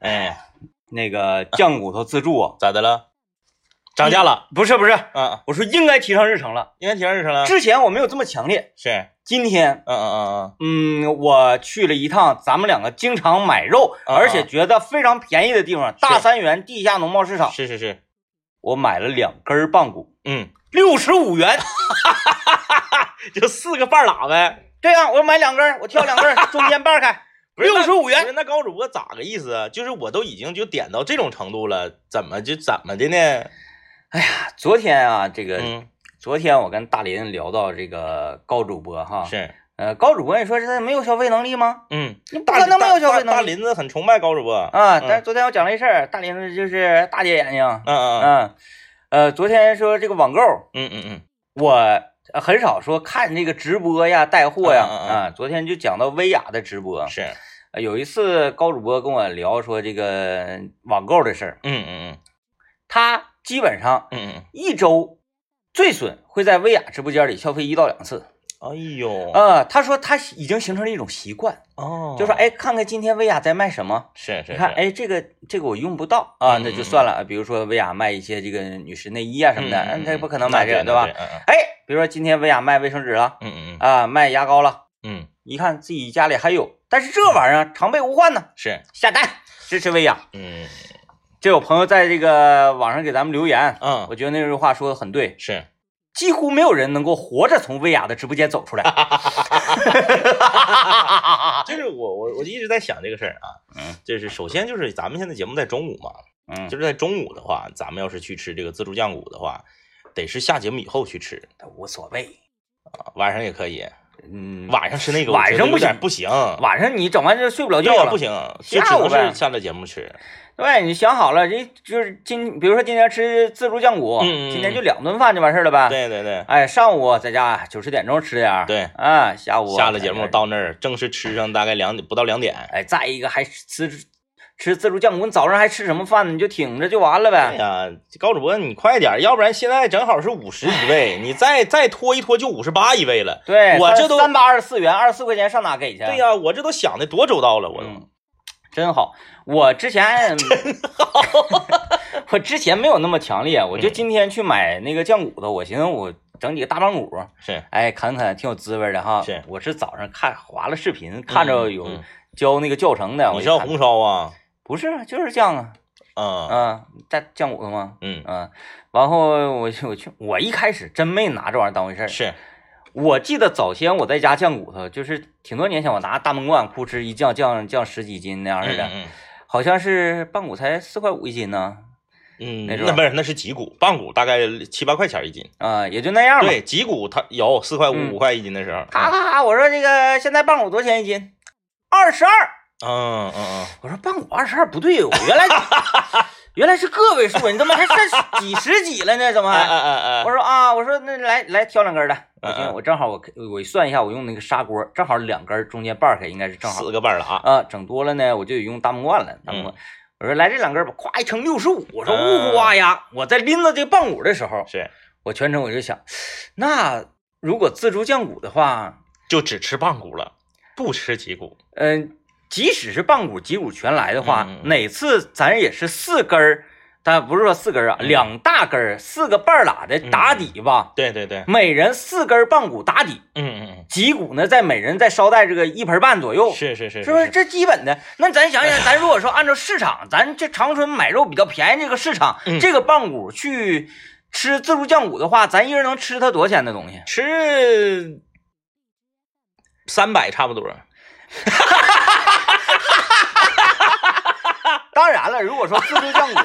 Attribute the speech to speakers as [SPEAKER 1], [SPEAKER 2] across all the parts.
[SPEAKER 1] 哎，
[SPEAKER 2] 那个酱骨头自助啊
[SPEAKER 1] 咋的了？涨价了？
[SPEAKER 2] 不是不是，
[SPEAKER 1] 嗯，
[SPEAKER 2] 我说应该提上日程了。
[SPEAKER 1] 应该提上日程了。
[SPEAKER 2] 之前我没有这么强烈，
[SPEAKER 1] 是，
[SPEAKER 2] 今天
[SPEAKER 1] 嗯嗯嗯嗯，
[SPEAKER 2] 嗯，我去了一趟咱们两个经常买肉，
[SPEAKER 1] 啊
[SPEAKER 2] 而且觉得非常便宜的地方——大三元地下农贸市场，
[SPEAKER 1] 是是是，
[SPEAKER 2] 我买了两根棒骨，
[SPEAKER 1] 嗯，
[SPEAKER 2] 六十五元。
[SPEAKER 1] 就四个半拉呗。
[SPEAKER 2] 对啊，我买两根儿，我挑两根 儿，中间半开，六十五元。
[SPEAKER 1] 那高主播咋个意思啊？就是我都已经就点到这种程度了，怎么就怎么的呢？
[SPEAKER 2] 昨天啊，这个、
[SPEAKER 1] 嗯，
[SPEAKER 2] 昨天我跟大林聊到这个高主播哈，
[SPEAKER 1] 是，
[SPEAKER 2] 呃，高主播你说他没有消费能力吗？
[SPEAKER 1] 嗯，
[SPEAKER 2] 你不可能没有消费
[SPEAKER 1] 大
[SPEAKER 2] 能力
[SPEAKER 1] 林子很崇拜高主播
[SPEAKER 2] 啊！
[SPEAKER 1] 嗯
[SPEAKER 2] 但是昨天我讲了一事儿，大林说就是大跌眼睛，
[SPEAKER 1] 嗯嗯
[SPEAKER 2] 嗯，呃，昨天说这个网购，
[SPEAKER 1] 嗯嗯嗯
[SPEAKER 2] 我呃很少说看这个直播呀、带货呀
[SPEAKER 1] 嗯嗯嗯
[SPEAKER 2] 啊。昨天就讲到薇娅的直播
[SPEAKER 1] 嗯，，是，
[SPEAKER 2] 呃有一次高主播跟我聊说这个网购的事儿，
[SPEAKER 1] 嗯嗯
[SPEAKER 2] 他基本上
[SPEAKER 1] 嗯嗯
[SPEAKER 2] 一周最损会在薇娅直播间里消费一到两次。
[SPEAKER 1] 嗯，哎呦，
[SPEAKER 2] 呃，他说他已经形成了一种习惯，
[SPEAKER 1] 哦，
[SPEAKER 2] 就说哎，看看今天薇娅在卖什么。
[SPEAKER 1] 是是
[SPEAKER 2] 你
[SPEAKER 1] 是，
[SPEAKER 2] 看，哎，这个这个我用不到啊，
[SPEAKER 1] 嗯
[SPEAKER 2] 那
[SPEAKER 1] 嗯
[SPEAKER 2] 就
[SPEAKER 1] 嗯
[SPEAKER 2] 算了。比如说薇娅卖一些这个女士内衣啊什么的，嗯，
[SPEAKER 1] 嗯，
[SPEAKER 2] 他也不可能买这个，
[SPEAKER 1] 对
[SPEAKER 2] 吧？
[SPEAKER 1] 嗯
[SPEAKER 2] 哎，比如说今天薇娅卖卫生纸了
[SPEAKER 1] 嗯嗯
[SPEAKER 2] 啊，卖牙膏了，
[SPEAKER 1] 嗯
[SPEAKER 2] 一看自己家里还有，但是这玩意儿啊常备无患呢，
[SPEAKER 1] 是，
[SPEAKER 2] 下单支持薇娅。
[SPEAKER 1] 嗯
[SPEAKER 2] 这有朋友在这个网上给咱们留言，
[SPEAKER 1] 嗯
[SPEAKER 2] 我觉得那句话说的很对，
[SPEAKER 1] 是，
[SPEAKER 2] 几乎没有人能够活着从薇娅的直播间走 出来。
[SPEAKER 1] 就是我我我一直在想这个事儿啊，
[SPEAKER 2] 嗯，
[SPEAKER 1] 就是首先就是咱们现在节目在中午嘛，
[SPEAKER 2] 嗯，
[SPEAKER 1] 就是在中午的话，咱们要是去吃这个自助酱骨的话，得是下节目以后去吃，
[SPEAKER 2] 都无所谓。
[SPEAKER 1] 啊晚上也可以，
[SPEAKER 2] 嗯，晚
[SPEAKER 1] 晚上吃那个
[SPEAKER 2] 晚上不
[SPEAKER 1] 不
[SPEAKER 2] 行
[SPEAKER 1] 不行，
[SPEAKER 2] 晚上你整完就睡不了觉
[SPEAKER 1] 对啊哎呀
[SPEAKER 2] 了，
[SPEAKER 1] 不行，就只
[SPEAKER 2] 下午呗
[SPEAKER 1] 能是下了节目吃，
[SPEAKER 2] 对，你想好了，人就是今，比如说今天吃自助酱骨，
[SPEAKER 1] 嗯嗯嗯
[SPEAKER 2] 今天就两顿饭就完事儿了呗。，
[SPEAKER 1] 对对对
[SPEAKER 2] 哎，上午在家九十点钟吃点儿，，
[SPEAKER 1] 对，
[SPEAKER 2] 啊，下午
[SPEAKER 1] 下了节目，到那儿正式吃上大概两点不到两点，
[SPEAKER 2] 哎，再一个还吃吃自助酱骨，你早上还吃什么饭呢？你就挺着就完了
[SPEAKER 1] 哎
[SPEAKER 2] 呗。
[SPEAKER 1] 呀，高主播你快点儿，要不然现在正好是五十一
[SPEAKER 2] 哎
[SPEAKER 1] 位，你再再拖一拖就五十八一位了。
[SPEAKER 2] 对，
[SPEAKER 1] 我这都
[SPEAKER 2] 三八二十四元，二十四块钱上哪给去？啊
[SPEAKER 1] 对、呀、我这都想的多周到了，我都。
[SPEAKER 2] 哎嗯，真好。我之 前 我之前没有那么强烈，我就
[SPEAKER 1] 嗯
[SPEAKER 2] 今天去买那个酱骨头，我寻思我整几个大棒骨，
[SPEAKER 1] 是
[SPEAKER 2] 哎，啃啃挺有滋味的哈。
[SPEAKER 1] 是
[SPEAKER 2] 我是早上看划了视频，看着有
[SPEAKER 1] 嗯
[SPEAKER 2] 教那个教程的。我
[SPEAKER 1] 你
[SPEAKER 2] 一
[SPEAKER 1] 是要
[SPEAKER 2] 看
[SPEAKER 1] 红烧啊？
[SPEAKER 2] 不是，就是酱啊，
[SPEAKER 1] 嗯
[SPEAKER 2] 啊，带酱骨头吗？
[SPEAKER 1] 嗯，
[SPEAKER 2] 嗯，然后我去我去，我一开始真没拿这玩意儿当回事儿。
[SPEAKER 1] 是
[SPEAKER 2] 我记得早先我在家酱骨头，就是挺多年前我拿大闷罐库哧一酱酱酱十几斤那样
[SPEAKER 1] 嗯
[SPEAKER 2] 似的，
[SPEAKER 1] 嗯
[SPEAKER 2] 好像是半骨才四块五一斤呢，
[SPEAKER 1] 嗯，
[SPEAKER 2] 那
[SPEAKER 1] 那
[SPEAKER 2] 时候
[SPEAKER 1] 不是那是脊骨，棒骨大概七八块钱一斤。
[SPEAKER 2] 啊、也就那样吧。
[SPEAKER 1] 对，脊骨它有四块
[SPEAKER 2] 嗯
[SPEAKER 1] 五五块一斤的时候。
[SPEAKER 2] 咔咔咔，我说这个现在棒骨多少钱一斤？二十二。
[SPEAKER 1] 嗯嗯嗯
[SPEAKER 2] 我说棒骨二十二不对，我 原来原来是个位数，啊你怎么还剩几十几了呢？怎么
[SPEAKER 1] 嗯，哎
[SPEAKER 2] 还？
[SPEAKER 1] 哎哎
[SPEAKER 2] 我
[SPEAKER 1] 哎，
[SPEAKER 2] 说啊，我说那来来挑两根儿的，我
[SPEAKER 1] 嗯
[SPEAKER 2] 寻思
[SPEAKER 1] 嗯
[SPEAKER 2] 我正好我我算一下，我用那个砂锅正好两根儿中间半开应该是正嗯好
[SPEAKER 1] 四个半了啊。
[SPEAKER 2] 啊，整多了呢我就得用大木罐了，大木罐。我说来这两根儿吧，咵一乘六十五，我说
[SPEAKER 1] 嗯
[SPEAKER 2] 呜呼哇呀！我在拎着这棒骨的时候，
[SPEAKER 1] 是，
[SPEAKER 2] 我全程我就想，那如果自助酱骨的话，
[SPEAKER 1] 就只吃棒骨了，不吃脊骨。
[SPEAKER 2] 嗯、即使是棒骨、脊骨全来的话，
[SPEAKER 1] 嗯嗯嗯
[SPEAKER 2] 哪次咱也是四根儿，但不是说四根儿啊，
[SPEAKER 1] 嗯
[SPEAKER 2] 两大根儿，四个半儿拉的打底吧，
[SPEAKER 1] 对对对，
[SPEAKER 2] 每人四根儿棒骨打底，
[SPEAKER 1] 嗯嗯
[SPEAKER 2] 脊骨呢再每人再捎带这个一盆半左右
[SPEAKER 1] 嗯，。是是是，
[SPEAKER 2] 哦是不是？这基本的？那咱想想，咱如果说按照市场，咱这长春买肉比较便宜这个市场，
[SPEAKER 1] 嗯
[SPEAKER 2] 这个棒骨去吃自助酱骨的话，咱一人能吃它多少钱的东西？
[SPEAKER 1] 吃三百差不多。
[SPEAKER 2] 当然了，如果说自助酱骨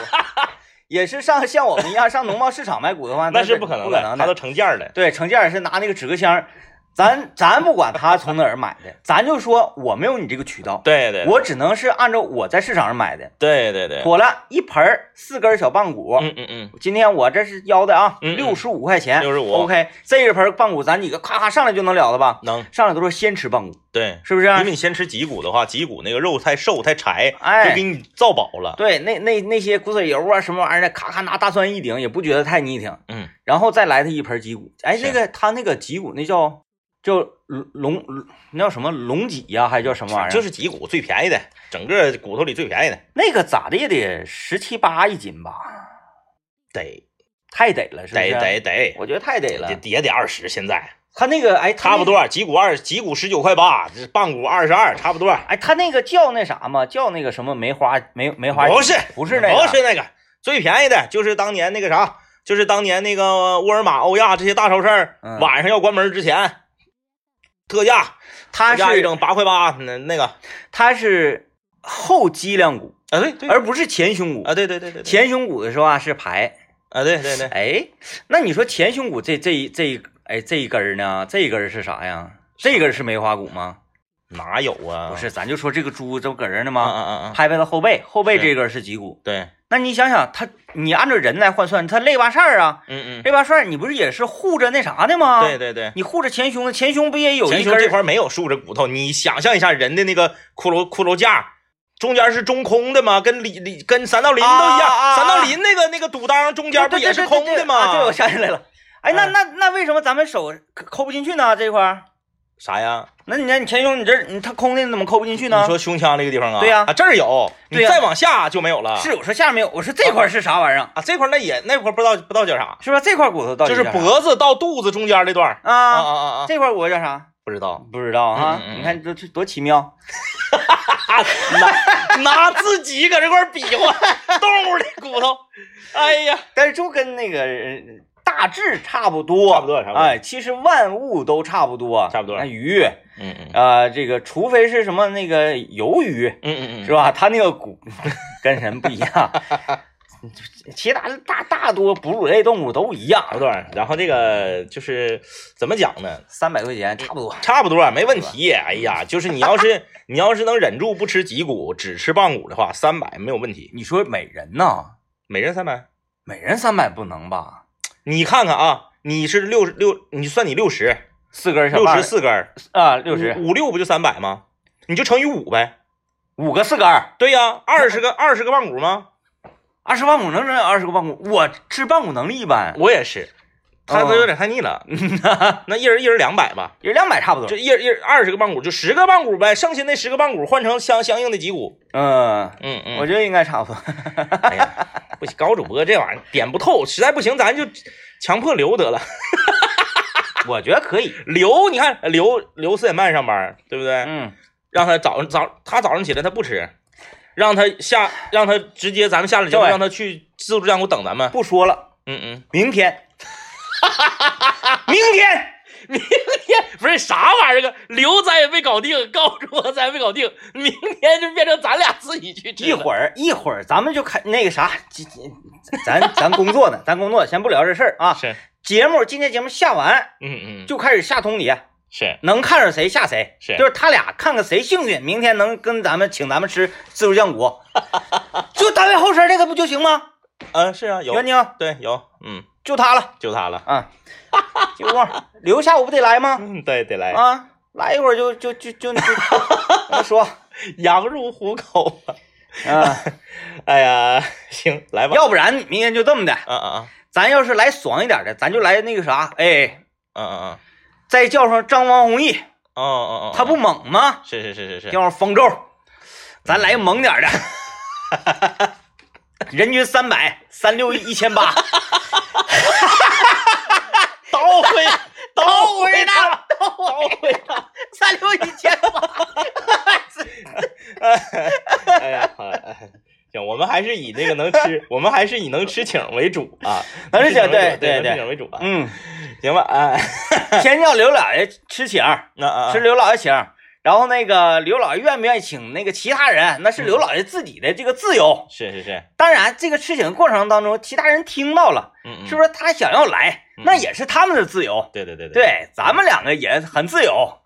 [SPEAKER 2] 也是上像我们一样上农贸市场买骨的话，
[SPEAKER 1] 那
[SPEAKER 2] 是
[SPEAKER 1] 是不可能
[SPEAKER 2] 能不可
[SPEAKER 1] 的，
[SPEAKER 2] 能
[SPEAKER 1] 它都
[SPEAKER 2] 的。
[SPEAKER 1] 成件儿了。
[SPEAKER 2] 对，程建是拿那个纸壳箱儿，咱咱不管他从哪儿买的，咱就说我没有你这个渠道，
[SPEAKER 1] 对对，
[SPEAKER 2] 我只能是按照我在市场上买的，
[SPEAKER 1] 对对对，
[SPEAKER 2] 妥了一盆儿四根儿小棒骨。
[SPEAKER 1] 嗯嗯嗯，
[SPEAKER 2] 今天我这是腰的啊，
[SPEAKER 1] 嗯嗯
[SPEAKER 2] 六十五块钱，
[SPEAKER 1] 65
[SPEAKER 2] OK，这一盆棒骨咱几个咔咔上来就能了了吧？
[SPEAKER 1] 能
[SPEAKER 2] 上来都是先吃棒骨，
[SPEAKER 1] 对，
[SPEAKER 2] 是不是、啊
[SPEAKER 1] 因为你先吃脊骨的话，脊骨那个肉太瘦太柴，
[SPEAKER 2] 哎
[SPEAKER 1] 就给你造饱了。
[SPEAKER 2] 对，那那那些骨髓油啊什么玩意儿的，咔咔拿大蒜一顶，也不觉得太腻挺。
[SPEAKER 1] 嗯，
[SPEAKER 2] 然后再来他一盆脊骨，哎，
[SPEAKER 1] 是
[SPEAKER 2] 那个他那个脊骨那叫就龙那叫什么龙脊呀、还叫什么玩意儿？
[SPEAKER 1] 就是脊骨最便宜的，整个骨头里最便宜的，
[SPEAKER 2] 那个咋的也得十七八一斤吧，
[SPEAKER 1] 得
[SPEAKER 2] 太得了，是不
[SPEAKER 1] 得
[SPEAKER 2] 是？啊
[SPEAKER 1] 得得，
[SPEAKER 2] 我觉得太得了
[SPEAKER 1] 也。也得二十，现在
[SPEAKER 2] 他那个哎，他
[SPEAKER 1] 差
[SPEAKER 2] 那
[SPEAKER 1] 不多，脊骨二脊骨十九块八，这半骨二十二，差不多。
[SPEAKER 2] 哎，他那个叫那啥嘛，叫那个什么梅花梅梅花
[SPEAKER 1] 不是
[SPEAKER 2] 不是那个
[SPEAKER 1] 不是那个最便宜的，就是当年那个啥，就是当年那个沃尔玛、欧亚这些大超市儿、
[SPEAKER 2] 嗯
[SPEAKER 1] 晚上要关门之前特价，
[SPEAKER 2] 他
[SPEAKER 1] 特价一
[SPEAKER 2] 是
[SPEAKER 1] 整八块八，那那个
[SPEAKER 2] 他是后脊梁骨，
[SPEAKER 1] 啊对对
[SPEAKER 2] 而不是前胸骨。
[SPEAKER 1] 啊对对对对对
[SPEAKER 2] 前胸骨的时候啊是排，
[SPEAKER 1] 啊对对对，
[SPEAKER 2] 哎，那你说前胸骨这这一这一哎这一根儿呢？这一根儿是啥呀？这一根儿是梅花骨吗？
[SPEAKER 1] 哪有啊？
[SPEAKER 2] 不是，咱就说这个猪这不搁这儿
[SPEAKER 1] 啊
[SPEAKER 2] 呢吗？
[SPEAKER 1] 啊啊啊，
[SPEAKER 2] 拍拍它后背，后背
[SPEAKER 1] 是
[SPEAKER 2] 这根儿是脊骨。
[SPEAKER 1] 对，
[SPEAKER 2] 那你想想，它你按照人来换算，它肋巴扇儿啊，
[SPEAKER 1] 嗯嗯，
[SPEAKER 2] 肋巴扇儿你不是也是护着那啥的吗？
[SPEAKER 1] 对，对对。
[SPEAKER 2] 你护着前胸的，前胸不也有
[SPEAKER 1] 前
[SPEAKER 2] 一
[SPEAKER 1] 胸
[SPEAKER 2] 根
[SPEAKER 1] 这
[SPEAKER 2] 儿？
[SPEAKER 1] 块没有竖着骨头，你想象一下人的那个骷髅骷髅架，中间是中空的吗？跟李李跟三道鳞都一样，
[SPEAKER 2] 啊啊啊
[SPEAKER 1] 三道鳞那个那个肚裆中间不也是空的吗？
[SPEAKER 2] 对对对对对啊对，我想起来了。哎，那
[SPEAKER 1] 嗯
[SPEAKER 2] 那那为什么咱们手抠不进去呢？这块儿，
[SPEAKER 1] 啥呀？
[SPEAKER 2] 那你那你前胸你这儿你它空的，你怎么抠不进去呢？
[SPEAKER 1] 你说胸腔这个地方啊？
[SPEAKER 2] 对呀
[SPEAKER 1] 啊这儿有，你
[SPEAKER 2] 对呀
[SPEAKER 1] 再往下就没有了。
[SPEAKER 2] 是，我说下面有，我说这块儿是啥玩意儿？
[SPEAKER 1] 啊，这块那也那块不知道不知道叫啥，
[SPEAKER 2] 是吧？这块骨头到底
[SPEAKER 1] 就是
[SPEAKER 2] 啥
[SPEAKER 1] 脖子到肚子中间这段儿。啊
[SPEAKER 2] 啊，
[SPEAKER 1] 啊啊啊！
[SPEAKER 2] 这块骨头叫啥？
[SPEAKER 1] 不知 道，
[SPEAKER 2] 不知道啊
[SPEAKER 1] 嗯嗯嗯，
[SPEAKER 2] 你看这这多奇妙。
[SPEAKER 1] 拿自己搁这块比划动物的骨头，哎呀，
[SPEAKER 2] 但是就跟那个呃大致差不多，
[SPEAKER 1] 差不多差不多
[SPEAKER 2] 哎，其实万物都差不多，
[SPEAKER 1] 差不多
[SPEAKER 2] 那鱼啊、
[SPEAKER 1] 嗯嗯
[SPEAKER 2] 这个除非是什么那个鱿鱼
[SPEAKER 1] 嗯嗯
[SPEAKER 2] 是吧？它那个骨 跟人不一样， 其他的大大多哺乳类动物都一
[SPEAKER 1] 差
[SPEAKER 2] 样，
[SPEAKER 1] 不多。然后这个就是怎么讲呢？
[SPEAKER 2] 三百块
[SPEAKER 1] 嗯
[SPEAKER 2] 钱差不多。
[SPEAKER 1] 差不多没问题。哎呀，就是你要 是你要是能忍住不吃脊骨，只吃棒骨的话，三百没有问题，
[SPEAKER 2] 你说每人呢？
[SPEAKER 1] 每人三百。
[SPEAKER 2] 每人三百不能吧？
[SPEAKER 1] 你看看啊，你是六十六，你算你六十，
[SPEAKER 2] 四根小
[SPEAKER 1] 六
[SPEAKER 2] 棒
[SPEAKER 1] 十四根儿，
[SPEAKER 2] 啊，六十
[SPEAKER 1] 五五六不就三百吗？你就乘以五呗。
[SPEAKER 2] 五个四根儿，
[SPEAKER 1] 对呀、二十个二十个棒骨吗？
[SPEAKER 2] 二十棒骨能整二十个棒骨，我吃棒骨能力一般，
[SPEAKER 1] 我也是，他都有点太腻了。哦 那一人一人两百吧，
[SPEAKER 2] 也两百差不多
[SPEAKER 1] 就。一人一人二十个棒骨，就十个棒骨呗，剩下那十个棒骨换成相相应的脊骨。
[SPEAKER 2] 嗯，
[SPEAKER 1] 嗯嗯，
[SPEAKER 2] 我觉得应该差不多。
[SPEAKER 1] 哎呀，不行，搞主播这玩意儿点不透，实在不行咱就强迫留得了。
[SPEAKER 2] 我觉得可以。
[SPEAKER 1] 刘，你看刘刘四点半上班，对不对？
[SPEAKER 2] 嗯，
[SPEAKER 1] 让他早上早他早上起来他不吃，让他下让他直接咱们下了节目
[SPEAKER 2] 对
[SPEAKER 1] 让他去自助站给我等咱们。
[SPEAKER 2] 不说了，
[SPEAKER 1] 嗯嗯，
[SPEAKER 2] 明 天，明天，
[SPEAKER 1] 不是啥玩意儿啊，刘咱也没搞定，高桌咱也没搞定，明天就变成咱俩自己去
[SPEAKER 2] 一会儿一会儿咱们就开那个啥，这这咱咱工作呢，咱工作先不聊这事儿啊。
[SPEAKER 1] 是，
[SPEAKER 2] 节目今天节目下完
[SPEAKER 1] 嗯嗯，
[SPEAKER 2] 就开始下通牒，
[SPEAKER 1] 是
[SPEAKER 2] 能看上谁下谁，
[SPEAKER 1] 是
[SPEAKER 2] 就是他俩看看谁幸运，明天能跟咱们请咱们吃自助酱 骨，就单位后身那个不就行吗？
[SPEAKER 1] 啊是啊有
[SPEAKER 2] 袁宁，
[SPEAKER 1] 对有嗯
[SPEAKER 2] 就他了
[SPEAKER 1] 就他了，
[SPEAKER 2] 啊，就旺，留下我不得来吗？
[SPEAKER 1] 嗯对得来
[SPEAKER 2] 啊，来一会儿就就就就就我说，
[SPEAKER 1] 羊入虎口啊，
[SPEAKER 2] 啊，
[SPEAKER 1] 哎呀行来吧，
[SPEAKER 2] 要不然明天就这么的，
[SPEAKER 1] 嗯嗯
[SPEAKER 2] 咱要是来爽一点的，咱就来那个啥，哎，
[SPEAKER 1] 嗯嗯嗯
[SPEAKER 2] 再叫上张王弘毅，
[SPEAKER 1] 哦哦哦，
[SPEAKER 2] 他不猛吗？
[SPEAKER 1] 是是是是是
[SPEAKER 2] 叫上方舟，咱来猛点儿的， 人均三百，三六一千 八，
[SPEAKER 1] 倒 回倒回
[SPEAKER 2] 呢，
[SPEAKER 1] 他，
[SPEAKER 2] 倒回呢，三六一千八，
[SPEAKER 1] 哎呀，好哎行，我们还是以那个能吃，我们还是以能吃请为主啊，
[SPEAKER 2] 能吃请
[SPEAKER 1] 为主对
[SPEAKER 2] 对对
[SPEAKER 1] 能吃
[SPEAKER 2] 对
[SPEAKER 1] 请为主啊，
[SPEAKER 2] 嗯，
[SPEAKER 1] 行吧啊，
[SPEAKER 2] 先叫刘老爷吃请儿，
[SPEAKER 1] 那啊
[SPEAKER 2] 嗯吃刘老爷请儿。然后那个刘老爷愿不愿意请那个其他人，那是
[SPEAKER 1] 嗯
[SPEAKER 2] 刘老爷自己的这个自由。
[SPEAKER 1] 是是是，
[SPEAKER 2] 当然，这个吃请过程当中，其他人听到了，
[SPEAKER 1] 嗯嗯，
[SPEAKER 2] 是不是他想要来，
[SPEAKER 1] 嗯
[SPEAKER 2] 那也是他们的自由。
[SPEAKER 1] 对对对 对，
[SPEAKER 2] 对，咱们两个也很自由，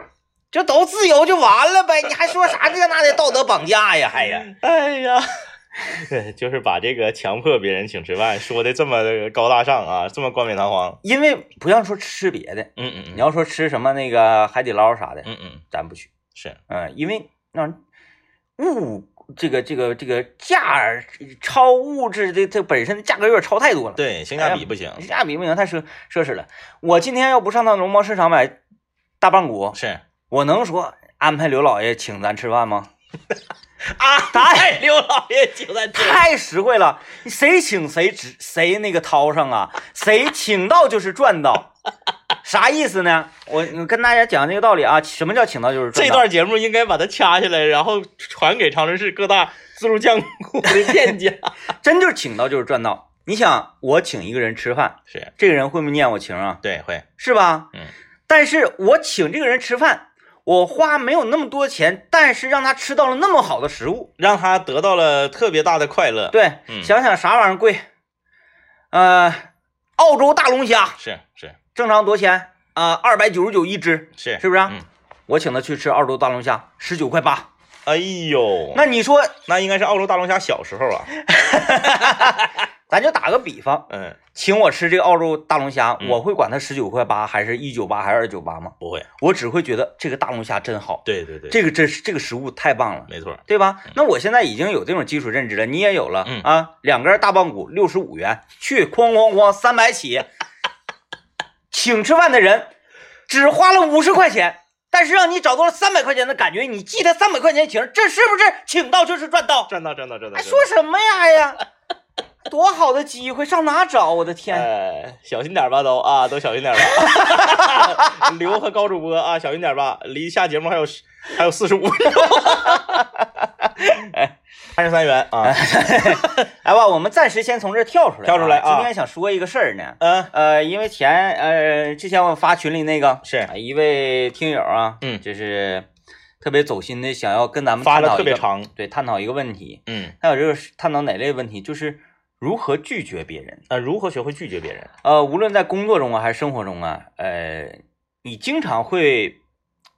[SPEAKER 2] 就都自由就完了呗。你还说啥这那的道德绑架呀？还呀，
[SPEAKER 1] 哎呀。对，就是把这个强迫别人请吃饭说的这么高大上啊，这么冠冕堂皇。
[SPEAKER 2] 因为不要说吃别的，
[SPEAKER 1] 嗯嗯嗯，
[SPEAKER 2] 你要说吃什么那个海底捞啥的，
[SPEAKER 1] 嗯嗯
[SPEAKER 2] 咱不去。
[SPEAKER 1] 是，
[SPEAKER 2] 嗯，因为那物这个这个这个价超物质的这本身的价格有点超太多了。
[SPEAKER 1] 对性价比不行。
[SPEAKER 2] 性价比不行，太奢奢侈了。我今天要不上趟农贸市场买大棒骨，
[SPEAKER 1] 是
[SPEAKER 2] 我能说安排刘老爷请咱吃饭吗？
[SPEAKER 1] 啊，
[SPEAKER 2] 哎
[SPEAKER 1] 太刘老爷请咱吃饭，
[SPEAKER 2] 太实惠了，谁请谁只谁那个掏上啊，谁请到就是赚到，啥意思呢？我我跟大家讲这个道理啊，什么叫请到就是 赚
[SPEAKER 1] 这
[SPEAKER 2] 到？
[SPEAKER 1] 段节目应该把它掐下来，然后传给长春市各大自助酱库的店家。
[SPEAKER 2] 真就是请到就是赚到。你想，我请一个人吃饭，
[SPEAKER 1] 是
[SPEAKER 2] 这个人会不会念我情啊？
[SPEAKER 1] 对，会，
[SPEAKER 2] 是吧？
[SPEAKER 1] 嗯，
[SPEAKER 2] 但是我请这个人吃饭，我花没有那么多钱，但是让他吃到了那么好的食物，
[SPEAKER 1] 让他得到了特别大的快乐。
[SPEAKER 2] 对，
[SPEAKER 1] 嗯
[SPEAKER 2] 想想啥玩意儿贵？呃，澳洲大龙虾
[SPEAKER 1] 是是
[SPEAKER 2] 正常多少钱啊？二百九十九一只，
[SPEAKER 1] 是，
[SPEAKER 2] 是不是啊
[SPEAKER 1] 嗯，
[SPEAKER 2] 我请他去吃澳洲大龙虾，十九块八。
[SPEAKER 1] 哎呦，
[SPEAKER 2] 那你说，
[SPEAKER 1] 那应该是澳洲大龙虾小时候啊。
[SPEAKER 2] 咱就打个比方，
[SPEAKER 1] 嗯，
[SPEAKER 2] 请我吃这个澳洲大龙虾，
[SPEAKER 1] 嗯
[SPEAKER 2] 我会管他十九块八，还是一九八，还是二九八吗？
[SPEAKER 1] 不会，
[SPEAKER 2] 我只会觉得这个大龙虾真好，
[SPEAKER 1] 对对对，
[SPEAKER 2] 这个真是这个食物太棒了。
[SPEAKER 1] 没错，
[SPEAKER 2] 对吧？那我现在已经有这种基础认知了，你也有了、
[SPEAKER 1] 嗯
[SPEAKER 2] 啊。两根大棒骨六十五元，去哐哐哐三百起，请吃饭的人只花了五十块钱，但是让你找到了三百块钱的感觉，你记得三百块钱请，这是不是请到就是赚到？
[SPEAKER 1] 赚到赚到赚到。
[SPEAKER 2] 还说什么呀哎呀？多好的机会，上哪找？啊我的天！
[SPEAKER 1] 哎，小心点吧都啊，都小心点 吧。刘和高主播啊，小心点吧，离下节目还有十还有四十五 分钟。三十三元啊，
[SPEAKER 2] 来吧，我们暂时先从这儿跳出来、
[SPEAKER 1] 跳出来啊
[SPEAKER 2] 今天想说一个事儿呢，
[SPEAKER 1] 嗯，
[SPEAKER 2] 呃，因为前呃之前我发群里那个
[SPEAKER 1] 是
[SPEAKER 2] 呃一位听友啊，
[SPEAKER 1] 嗯
[SPEAKER 2] 就是特别走心的，想要跟咱们
[SPEAKER 1] 发
[SPEAKER 2] 探
[SPEAKER 1] 的
[SPEAKER 2] 讨
[SPEAKER 1] 特
[SPEAKER 2] 一
[SPEAKER 1] 别
[SPEAKER 2] 个
[SPEAKER 1] 长，
[SPEAKER 2] 对探讨一个问题，
[SPEAKER 1] 嗯，
[SPEAKER 2] 还有就是探讨哪类问题，就是如何拒绝别人。
[SPEAKER 1] 呃，如何学会拒绝别人？
[SPEAKER 2] 呃，无论在工作中啊还是生活中啊，呃，你经常会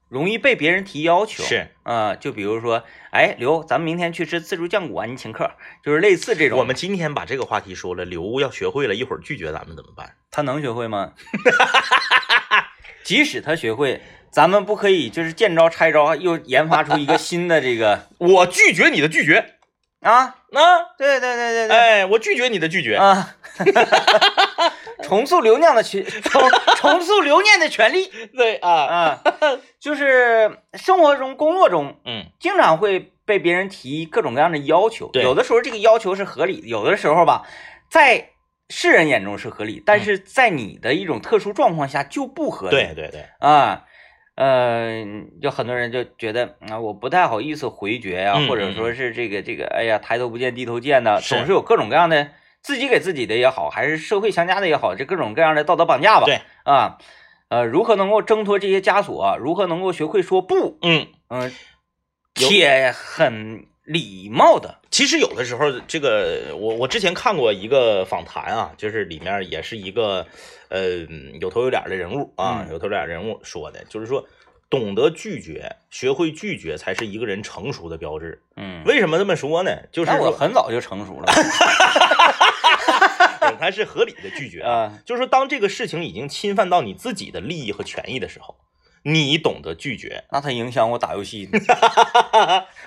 [SPEAKER 2] 容易被别人提要求，
[SPEAKER 1] 是
[SPEAKER 2] 啊、就比如说，哎，刘，咱们明天去吃自助酱骨啊，你请客，就是类似这种。
[SPEAKER 1] 我们今天把这个话题说了，刘要学会了，一会儿拒绝咱们怎么办？
[SPEAKER 2] 他能学会吗？ 即使他学会，咱们不可以就是见招拆招，又研发出一个新的这个
[SPEAKER 1] 我拒绝你的拒绝
[SPEAKER 2] 啊？
[SPEAKER 1] 啊！
[SPEAKER 2] 对对对对对，
[SPEAKER 1] 哎，我拒绝你的拒绝。
[SPEAKER 2] 啊， 重塑留念的权，重重塑留念的权利
[SPEAKER 1] 对啊，
[SPEAKER 2] 啊，就是生活中、工作中
[SPEAKER 1] 嗯，
[SPEAKER 2] 经常会被别人提各种各样的要求，
[SPEAKER 1] 对
[SPEAKER 2] 有的时候这个要求是合理的，有的时候吧，在世人眼中是合理，但是在你的一种特殊状况下就不合理。
[SPEAKER 1] 对对对，
[SPEAKER 2] 啊，呃，有很多人就觉得啊、我不太好意思回绝呀、
[SPEAKER 1] 嗯
[SPEAKER 2] 或者
[SPEAKER 1] 嗯
[SPEAKER 2] 说是这个这个，哎呀，抬头不见低头见呐，
[SPEAKER 1] 是
[SPEAKER 2] 总是有各种各样的自己给自己的也好，还是社会强加的也好，这各种各样的道德绑架吧。
[SPEAKER 1] 对
[SPEAKER 2] 啊，呃，如何能够挣脱这些枷锁、啊如何能够学会说不？
[SPEAKER 1] 嗯。
[SPEAKER 2] 嗯、
[SPEAKER 1] 有
[SPEAKER 2] 且很礼貌的，
[SPEAKER 1] 其实有的时候，这个我我之前看过一个访谈啊，就是里面也是一个呃有头有脸的人物啊，
[SPEAKER 2] 嗯
[SPEAKER 1] 有头有脸人物说的，就是说懂得拒绝，学会拒绝才是一个人成熟的标志。
[SPEAKER 2] 嗯。
[SPEAKER 1] 为什么这么说呢？就是
[SPEAKER 2] 那我
[SPEAKER 1] 说
[SPEAKER 2] 很早就成熟了
[SPEAKER 1] 它是合理的拒绝，
[SPEAKER 2] 啊，
[SPEAKER 1] 就是说当这个事情已经侵犯到你自己的利益和权益的时候，你懂得拒 绝，
[SPEAKER 2] 那它影响我打游戏 呢。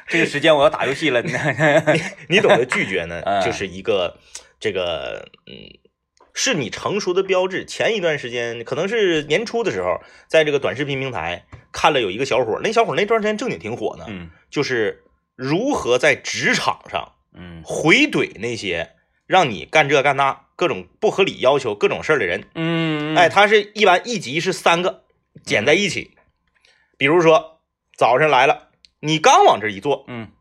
[SPEAKER 2] 这个时间我要打游戏了，你看
[SPEAKER 1] 你懂得拒绝呢
[SPEAKER 2] 嗯，
[SPEAKER 1] 就是一个这个嗯，是你成熟的标志。前一段时间，可能是年初的时候，在这个短视频平台看了有一个小伙儿，那小伙儿那段时间正经挺火呢，
[SPEAKER 2] 嗯
[SPEAKER 1] 就是如何在职场上
[SPEAKER 2] 嗯
[SPEAKER 1] 回怼那些让你干这干那各种不合理要求、各种事儿的人。
[SPEAKER 2] 嗯，
[SPEAKER 1] 哎，他是一般一集是三个剪在一起，比如说早上来了，你刚往这一坐，
[SPEAKER 2] 嗯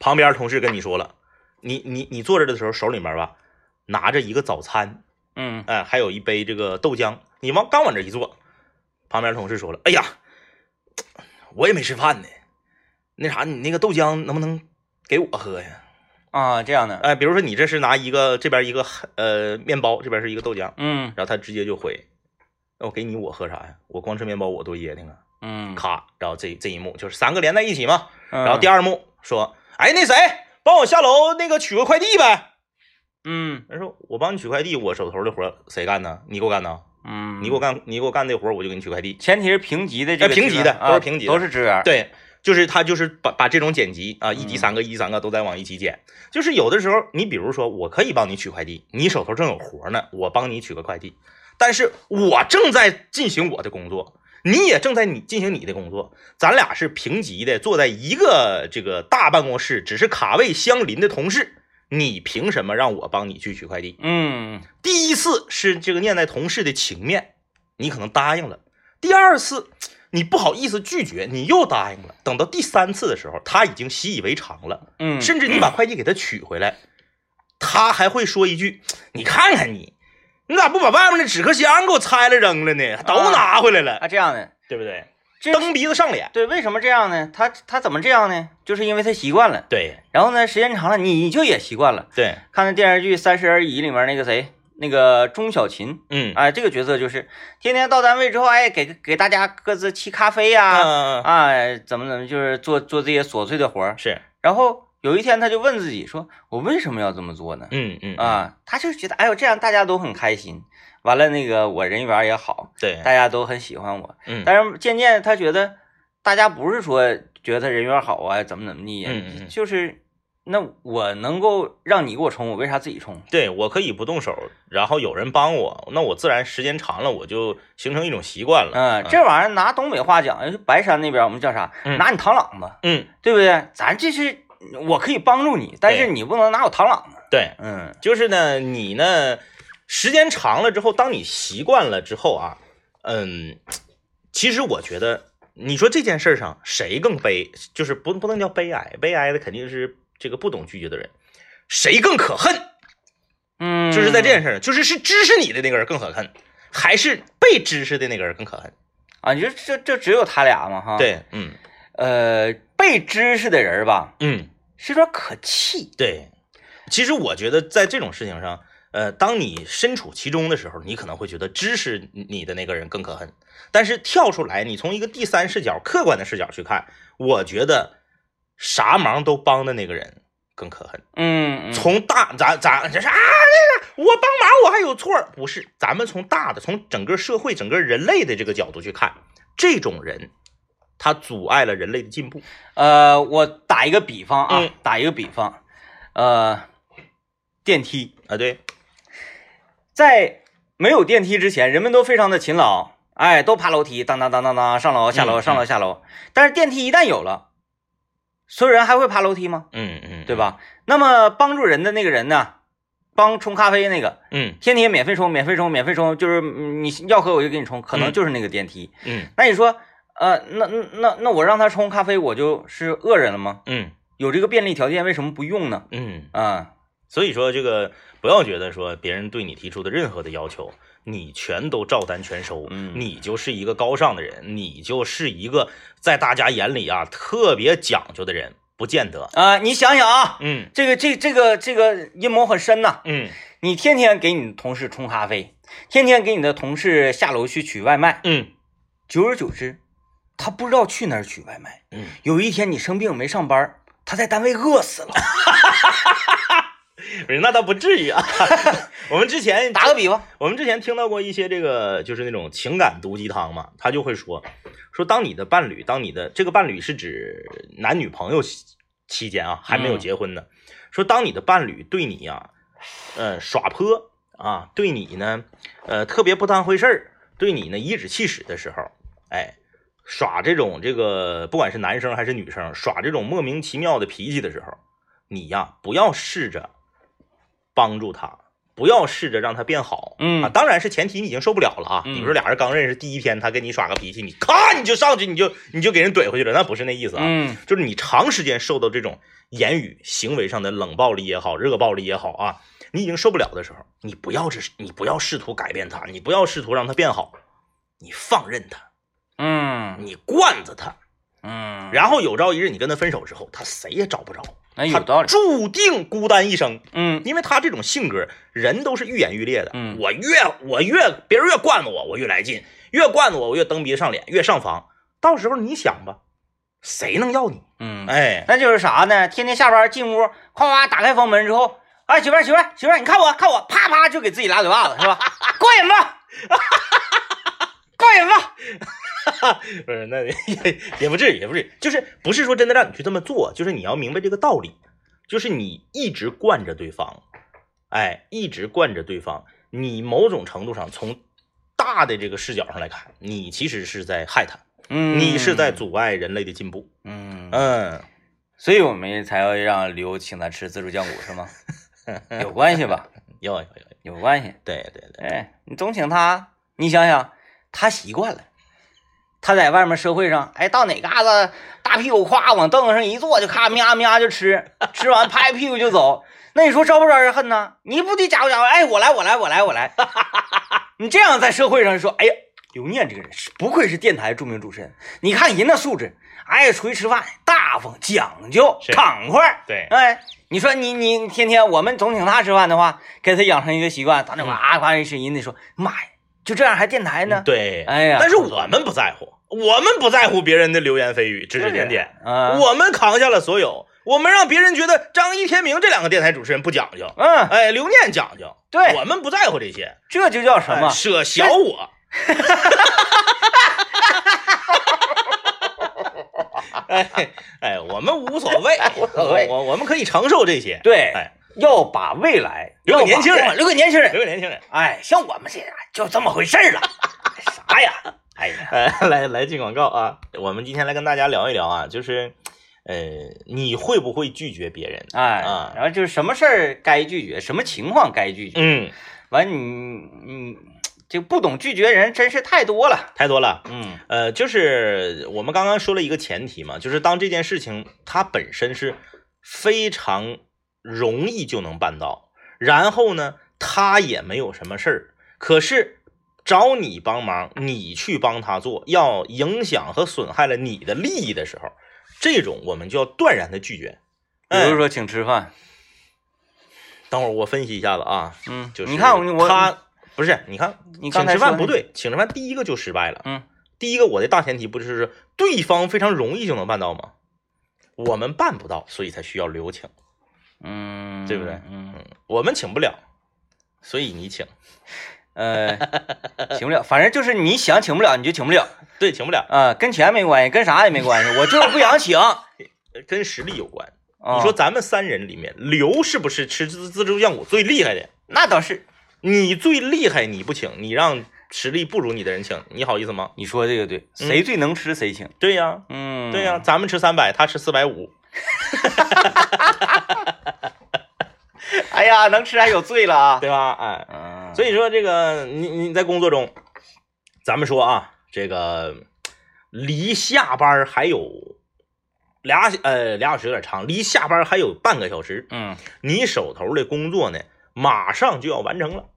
[SPEAKER 1] 旁边同事跟你说了，你你你坐着的时候手里面吧拿着一个早餐，
[SPEAKER 2] 嗯
[SPEAKER 1] 哎、还有一杯这个豆浆，你往刚往这一坐，旁边同事说了，哎呀，我也没吃饭呢，那啥，你那个豆浆能不能给我喝呀？
[SPEAKER 2] 啊，这样的，
[SPEAKER 1] 哎、比如说你这是拿一个这边一个呃面包，这边是一个豆浆，
[SPEAKER 2] 嗯
[SPEAKER 1] 然后他直接就回，那我给你我喝啥呀？我光吃面包我多噎挺啊！
[SPEAKER 2] 嗯，
[SPEAKER 1] 咔，然后这这一幕就是三个连在一起嘛，
[SPEAKER 2] 然
[SPEAKER 1] 然后第二幕说，哎，那谁帮我下楼那个取个快递呗。
[SPEAKER 2] 嗯
[SPEAKER 1] 人说我帮你取快递，我手头的活儿谁干呢？你给我干呢？
[SPEAKER 2] 嗯，
[SPEAKER 1] 你给我干，你给我干这活儿，我就给你取快递。
[SPEAKER 2] 前提是平级的这
[SPEAKER 1] 哎
[SPEAKER 2] 个
[SPEAKER 1] 平
[SPEAKER 2] 职
[SPEAKER 1] 级
[SPEAKER 2] 员
[SPEAKER 1] 的
[SPEAKER 2] 啊
[SPEAKER 1] 都是平级的
[SPEAKER 2] 都是职员，
[SPEAKER 1] 对，就是他就是把把这种剪辑啊，一集
[SPEAKER 2] 嗯
[SPEAKER 1] 三个，一集三个都在往一起剪。就是有的时候，你比如说，我可以帮你取快递，你手头正有活儿呢，我帮你取个快递。但是我正在进行我的工作，你也正在你进行你的工作，咱俩是平级的，坐在一个这个大办公室，只是卡位相邻的同事，你凭什么让我帮你去取快递？
[SPEAKER 2] 嗯
[SPEAKER 1] 第一次是这个念在同事的情面，你可能答应了；第二次你不好意思拒绝，你又答应了。等到第三次的时候，他已经习以为常了，
[SPEAKER 2] 嗯
[SPEAKER 1] 甚至你把快递给他取回来，他还会说一句：“你看看你，你咋不把外面的纸壳箱给我拆了扔了呢？都拿回来了，
[SPEAKER 2] 啊这样的，
[SPEAKER 1] 对不对？”
[SPEAKER 2] 这
[SPEAKER 1] 蹬鼻子上脸，
[SPEAKER 2] 对为什么这样呢？他他怎么这样呢？就是因为他习惯了，
[SPEAKER 1] 对
[SPEAKER 2] 然后呢，时间长了你就也习惯了。
[SPEAKER 1] 对，
[SPEAKER 2] 看那电视剧《三十而已》里面那个谁，那个钟小琴，
[SPEAKER 1] 嗯
[SPEAKER 2] 哎，这个角色就是天天到单位之后，哎，给给大家各自沏咖啡呀、
[SPEAKER 1] 啊啊，
[SPEAKER 2] 哎，怎么怎么，就是做做这些琐碎的活儿。
[SPEAKER 1] 是，
[SPEAKER 2] 然后有一天，他就问自己说：“我为什么要这么做呢？”
[SPEAKER 1] 嗯嗯，
[SPEAKER 2] 啊，他就觉得，哎呦，这样大家都很开心。完了，那个我人缘也好，
[SPEAKER 1] 对，
[SPEAKER 2] 大家都很喜欢我。
[SPEAKER 1] 嗯
[SPEAKER 2] 但是渐渐他觉得，大家不是说觉得他人缘好啊，怎么怎么地，
[SPEAKER 1] 嗯嗯嗯
[SPEAKER 2] 就是那我能够让你给我冲，我为啥自己冲？
[SPEAKER 1] 对我可以不动手，然后有人帮我，那我自然时间长了我就形成一种习惯了。
[SPEAKER 2] 嗯，这玩意儿拿东北话讲，就是白山那边我们叫啥？
[SPEAKER 1] 嗯
[SPEAKER 2] 拿你螳螂吧，
[SPEAKER 1] 嗯，
[SPEAKER 2] 对不对？咱这是我可以帮助你，但是
[SPEAKER 1] 对
[SPEAKER 2] 你不能拿我螳螂吧。
[SPEAKER 1] 对，
[SPEAKER 2] 嗯
[SPEAKER 1] 就是呢，你呢，时间长了之后，当你习惯了之后啊，嗯，其实我觉得，你说这件事儿上谁更悲，就是不不能叫悲哀，悲哀的肯定是这个不懂拒绝的人，谁更可恨？
[SPEAKER 2] 嗯，
[SPEAKER 1] 就是在这件事儿上，就是是支持你的那个人更可恨，还是被支持的那个人更可恨？
[SPEAKER 2] 啊，你说这这只有他俩嘛哈？，
[SPEAKER 1] 对，嗯
[SPEAKER 2] 呃，被知识的人吧，
[SPEAKER 1] 嗯。
[SPEAKER 2] 是有点可气。
[SPEAKER 1] 对，其实我觉得在这种事情上，呃，当你身处其中的时候，你可能会觉得支持你的那个人更可恨。但是跳出来，你从一个第三视角、客观的视角去看，我觉得啥忙都帮的那个人更可恨。
[SPEAKER 2] 嗯，嗯
[SPEAKER 1] 从大，咱咱这是啊，这是我帮忙，我还有错儿？不是，咱们从大的，从整个社会、整个人类的这个角度去看，这种人他阻碍了人类的进步。
[SPEAKER 2] 呃，我打一个比方啊，
[SPEAKER 1] 嗯
[SPEAKER 2] 打一个比方，呃，电梯
[SPEAKER 1] 啊，对，
[SPEAKER 2] 在没有电梯之前，人们都非常的勤劳，哎，都爬楼梯，当当当当当，上楼下楼
[SPEAKER 1] 嗯
[SPEAKER 2] 上楼下楼。但是电梯一旦有了，所有人还会爬楼梯吗？
[SPEAKER 1] 嗯嗯，
[SPEAKER 2] 对？吧？那么帮助人的那个人呢？帮冲咖啡那个，
[SPEAKER 1] 嗯
[SPEAKER 2] 天天免费冲，免费冲，免费冲，就是嗯你要喝我就给你冲，可能
[SPEAKER 1] 嗯
[SPEAKER 2] 就是那个电梯。
[SPEAKER 1] 嗯
[SPEAKER 2] 那你说，呃，那那那那我让他冲咖啡，我就是恶人了吗？
[SPEAKER 1] 嗯
[SPEAKER 2] 有这个便利条件，为什么不用呢？
[SPEAKER 1] 嗯。
[SPEAKER 2] 啊、
[SPEAKER 1] 所以说，这个不要觉得说别人对你提出的任何的要求，你全都照单全收，
[SPEAKER 2] 嗯
[SPEAKER 1] 你就是一个高尚的人，你就是一个在大家眼里啊特别讲究的人，不见得。
[SPEAKER 2] 啊、你想想啊，
[SPEAKER 1] 嗯
[SPEAKER 2] 这个这这个这个阴谋很深呐、
[SPEAKER 1] 嗯
[SPEAKER 2] 你天天给你的同事冲咖啡，天天给你的同事下楼去取外卖，
[SPEAKER 1] 嗯
[SPEAKER 2] 久而久之，他不知道去哪儿取外卖。
[SPEAKER 1] 嗯，
[SPEAKER 2] 有一天你生病没上班，他在单位饿死了。
[SPEAKER 1] 不是那倒不至于啊。 我们之前
[SPEAKER 2] 打个比方，
[SPEAKER 1] 我们之前听到过一些这个就是那种情感毒鸡汤嘛，他就会说说当你的伴侣，当你的这个伴侣是指男女朋友期期间啊，还没有结婚呢，说当你的伴侣对你呀、呃耍泼啊，对你呢，呃特别不当回事儿，对你呢颐指气使的时候，哎。耍这种这个，不管是男生还是女生，耍这种莫名其妙的脾气的时候，你呀不要试着帮助他，不要试着让他变好。
[SPEAKER 2] 嗯
[SPEAKER 1] 啊，当然是前提你已经受不了了啊。
[SPEAKER 2] 嗯
[SPEAKER 1] 比如说俩人刚认识第一天，他跟你耍个脾气，你咔你就上去，你就你就给人怼回去了，那不是那意思啊。
[SPEAKER 2] 嗯
[SPEAKER 1] 就是你长时间受到这种言语、行为上的冷暴力也好，热暴力也好啊，你已经受不了的时候，你不要这，你不要试图改变他，你不要试图让他变好，你放任他，
[SPEAKER 2] 嗯
[SPEAKER 1] 你惯着他，
[SPEAKER 2] 嗯，
[SPEAKER 1] 然后有朝一日你跟他分手之后，他谁也找不着，
[SPEAKER 2] 那哎有道
[SPEAKER 1] 他。
[SPEAKER 2] 理
[SPEAKER 1] 注定孤单一生。
[SPEAKER 2] 嗯
[SPEAKER 1] 因为他这种性格，人都是愈演愈烈的。
[SPEAKER 2] 嗯
[SPEAKER 1] 我越我越别人越惯着我，我越来劲；越惯着我，我越蹬鼻子上脸，越上房。到时候你想吧，谁能要你？
[SPEAKER 2] 嗯，
[SPEAKER 1] 哎，
[SPEAKER 2] 那就是啥呢？天天下班进屋，夸夸打开房门之后，哎，媳妇儿媳妇儿媳妇儿，你看我看我，啪啪就给自己俩嘴巴子，是 吧？过瘾吧？过瘾吧？
[SPEAKER 1] 不是，那也也不至于，也不至于，就是不是说真的让你去这么做，就是你要明白这个道理，就是你一直惯着对方，哎，一直惯着对方，你某种程度上从大大的这个视角上来看，你其实是在害他，
[SPEAKER 2] 嗯，
[SPEAKER 1] 你是在，阻碍人类的进步。
[SPEAKER 2] 嗯，
[SPEAKER 1] 嗯，
[SPEAKER 2] 所以我们才要让刘请他吃自助酱骨是 吗？有关系吧？
[SPEAKER 1] 有有有，
[SPEAKER 2] 有关系。
[SPEAKER 1] 对对对，
[SPEAKER 2] 哎，你总请他，你想想，他习惯了，他在外面社会上，哎，到哪嘎子大屁股夸往凳子上一坐，就咔喵喵就吃，吃完拍屁股就走。那你说招不招人恨呢？你不得假不假？哎，我来，我来，我来，我来。 你这样在社会上说，哎呀，刘念这个人是不愧是电台著名主持人，你看人那素质，哎，出去吃饭大方讲究
[SPEAKER 1] 是
[SPEAKER 2] 敞快，
[SPEAKER 1] 对
[SPEAKER 2] 哎，你说你你天天我们总请他吃饭的话，给他养成一个习惯，咱
[SPEAKER 1] 嗯
[SPEAKER 2] 这哇哇一吃，人得说妈呀，就这样还电台呢？
[SPEAKER 1] 对，
[SPEAKER 2] 哎呀
[SPEAKER 1] 但是我们不在乎，我们不在乎别人的流言蜚语、指指点点，
[SPEAKER 2] 啊，
[SPEAKER 1] 我们扛下了所有，我们让别人觉得张一、天明这两个电台主持人不讲究，
[SPEAKER 2] 嗯，
[SPEAKER 1] 哎，刘念讲究，
[SPEAKER 2] 对
[SPEAKER 1] 我们不在乎这些，
[SPEAKER 2] 这就叫什
[SPEAKER 1] 哎
[SPEAKER 2] 么？
[SPEAKER 1] 舍小我。 哎哎，我们哎无所谓，
[SPEAKER 2] 无所谓
[SPEAKER 1] 我我们可以承受这些。
[SPEAKER 2] 对，
[SPEAKER 1] 哎
[SPEAKER 2] 要把未来
[SPEAKER 1] 留给
[SPEAKER 2] 要
[SPEAKER 1] 年
[SPEAKER 2] 把
[SPEAKER 1] 轻人
[SPEAKER 2] 留给年轻人。
[SPEAKER 1] 留给年轻人。
[SPEAKER 2] 哎，像我们这样就这么回事儿了， 啥呀？哎呀，
[SPEAKER 1] 哎，来来进广告啊！我们今天来跟大家聊一聊啊，就是，呃，你会不会拒绝别人？
[SPEAKER 2] 哎
[SPEAKER 1] 啊，
[SPEAKER 2] 然后就是什么事儿该拒绝，什么情况该拒绝，
[SPEAKER 1] 嗯，
[SPEAKER 2] 完你你这不懂拒绝人真是太多了。
[SPEAKER 1] 太多了。
[SPEAKER 2] 嗯
[SPEAKER 1] 呃，就是我们刚刚说了一个前提嘛，就是当这件事情它本身是非常容易就能办到，然后呢，他也没有什么事儿，可是找你帮忙，你去帮他做，要影响和损害了你的利益的时候，这种我们就要断然的拒绝。
[SPEAKER 2] 比如
[SPEAKER 1] 嗯，
[SPEAKER 2] 说请吃饭，
[SPEAKER 1] 等会儿我分析一下子啊，
[SPEAKER 2] 嗯，
[SPEAKER 1] 就是
[SPEAKER 2] 你看我我
[SPEAKER 1] 他不是，你看
[SPEAKER 2] 你刚
[SPEAKER 1] 请
[SPEAKER 2] 才
[SPEAKER 1] 吃
[SPEAKER 2] 说
[SPEAKER 1] 饭不
[SPEAKER 2] 那
[SPEAKER 1] 对，请吃饭第一个就失败了。
[SPEAKER 2] 嗯，
[SPEAKER 1] 第一个我的大前提不就是对方非常容易就能办到吗？我们办不到，所以才需要留请。
[SPEAKER 2] 嗯，
[SPEAKER 1] 对不对
[SPEAKER 2] 嗯，
[SPEAKER 1] 嗯，我们请不了，所以你请。
[SPEAKER 2] 呃，请不了，反正就是你想请不了，你就请不了
[SPEAKER 1] 对，请不了，
[SPEAKER 2] 啊、跟钱没关系，跟啥也没关系，我就是不 想请。啊
[SPEAKER 1] 呃跟实力有关。
[SPEAKER 2] 你
[SPEAKER 1] 你说咱们三人里面，刘是不是吃自自助酱骨最厉害的？
[SPEAKER 2] 那倒是，
[SPEAKER 1] 你最厉害，你不请，你让实力不如你的人请，你好意思吗？
[SPEAKER 2] 你说这个对，谁最能吃谁请。
[SPEAKER 1] 对呀、
[SPEAKER 2] 嗯，
[SPEAKER 1] 对呀、咱们吃三百，他吃四百五，
[SPEAKER 2] 哎呀，能吃还有罪了啊。
[SPEAKER 1] 对吧？哎，
[SPEAKER 2] 嗯，
[SPEAKER 1] 所以说这个你你在工作中，咱们说啊，这个离下班还有俩呃俩小时有点长，离下班还有半个小时，
[SPEAKER 2] 嗯
[SPEAKER 1] 你手头的工作呢马上就要完成了，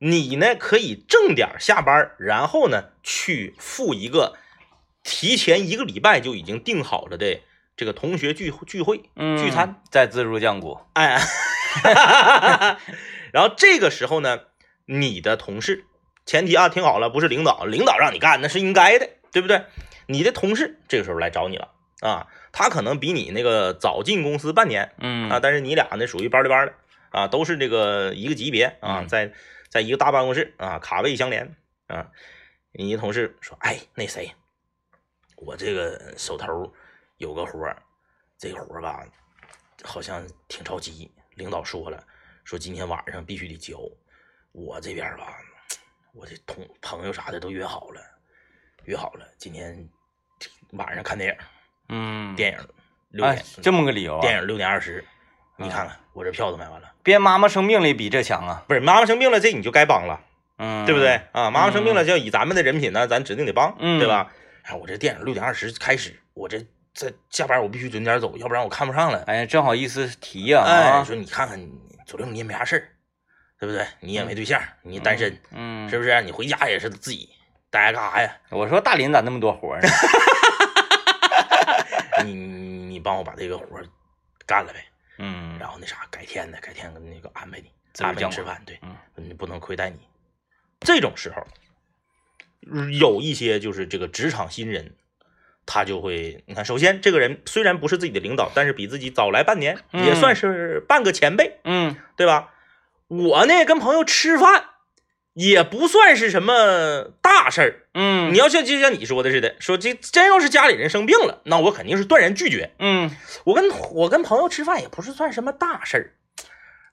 [SPEAKER 1] 你呢可以正点下班，然后呢去赴一个提前一个礼拜就已经定好了的这个同学聚聚会，
[SPEAKER 2] 嗯，
[SPEAKER 1] 聚餐
[SPEAKER 2] 在自助酱骨，
[SPEAKER 1] 哎，哈，然后这个时候呢，你的同事，前提啊，听好了，不是领导，领导让你干那是应该的，对不对？你的同事这个时候来找你了啊，他可能比你那个早进公司半年
[SPEAKER 2] 嗯
[SPEAKER 1] 啊，但是你俩呢属于班里班的啊，都是这个一个级别啊，
[SPEAKER 2] 嗯
[SPEAKER 1] 在在一个大办公室啊，卡位相连啊。你的同事说：“哎，那谁，我这个手头有个活儿，这个活儿吧，好像挺着急。领导说了，说今天晚上必须得交。我这边吧，我这同朋友啥的都约好了，约好了，今天晚上看电影，
[SPEAKER 2] 嗯，
[SPEAKER 1] 电影六
[SPEAKER 2] 哎
[SPEAKER 1] 点，，
[SPEAKER 2] 这么个理由啊？
[SPEAKER 1] 电影六点二十，你看看我这票都买完了。
[SPEAKER 2] 编妈妈生病了也比这强啊，
[SPEAKER 1] 不是妈妈生病了，这你就该帮了，
[SPEAKER 2] 嗯，
[SPEAKER 1] 对不对？啊？妈妈生病了，就要以咱们的人品呢，咱指定得帮，
[SPEAKER 2] 嗯
[SPEAKER 1] 对吧？哎，我这电影六点二十开始，我这这下班我必须准点走，要不然我看不上了。
[SPEAKER 2] 哎呀，真好意思提呀
[SPEAKER 1] 哎，
[SPEAKER 2] 啊，
[SPEAKER 1] 说你看看，你左令你也没啥事儿，对不对？你也没对象，你单身，
[SPEAKER 2] 嗯，
[SPEAKER 1] 是不是？你回家也是自己待着干啥呀？
[SPEAKER 2] 我说大林咋那么多 活儿呢？
[SPEAKER 1] 你你你帮我把这个活儿干了呗。
[SPEAKER 2] 嗯，
[SPEAKER 1] 然后那啥，改天呢，改天那个安排你，
[SPEAKER 2] 自由
[SPEAKER 1] 安排
[SPEAKER 2] 降
[SPEAKER 1] 你吃
[SPEAKER 2] 维
[SPEAKER 1] 饭，对，
[SPEAKER 2] 嗯
[SPEAKER 1] 你不能亏待你。这种时候，有一些就是这个职场新人，他就会，你看，首先这个人虽然不是自己的领导，但是比自己早来半年，也
[SPEAKER 2] 嗯
[SPEAKER 1] 算是半个前辈，
[SPEAKER 2] 嗯
[SPEAKER 1] 对吧？我呢跟朋友吃饭，也不算是什么大事儿。
[SPEAKER 2] 嗯，
[SPEAKER 1] 你要像就像你说的似的，说这真要是家里人生病了，那我肯定是断然拒绝。
[SPEAKER 2] 嗯
[SPEAKER 1] 我跟我跟朋友吃饭也不是算什么大事儿，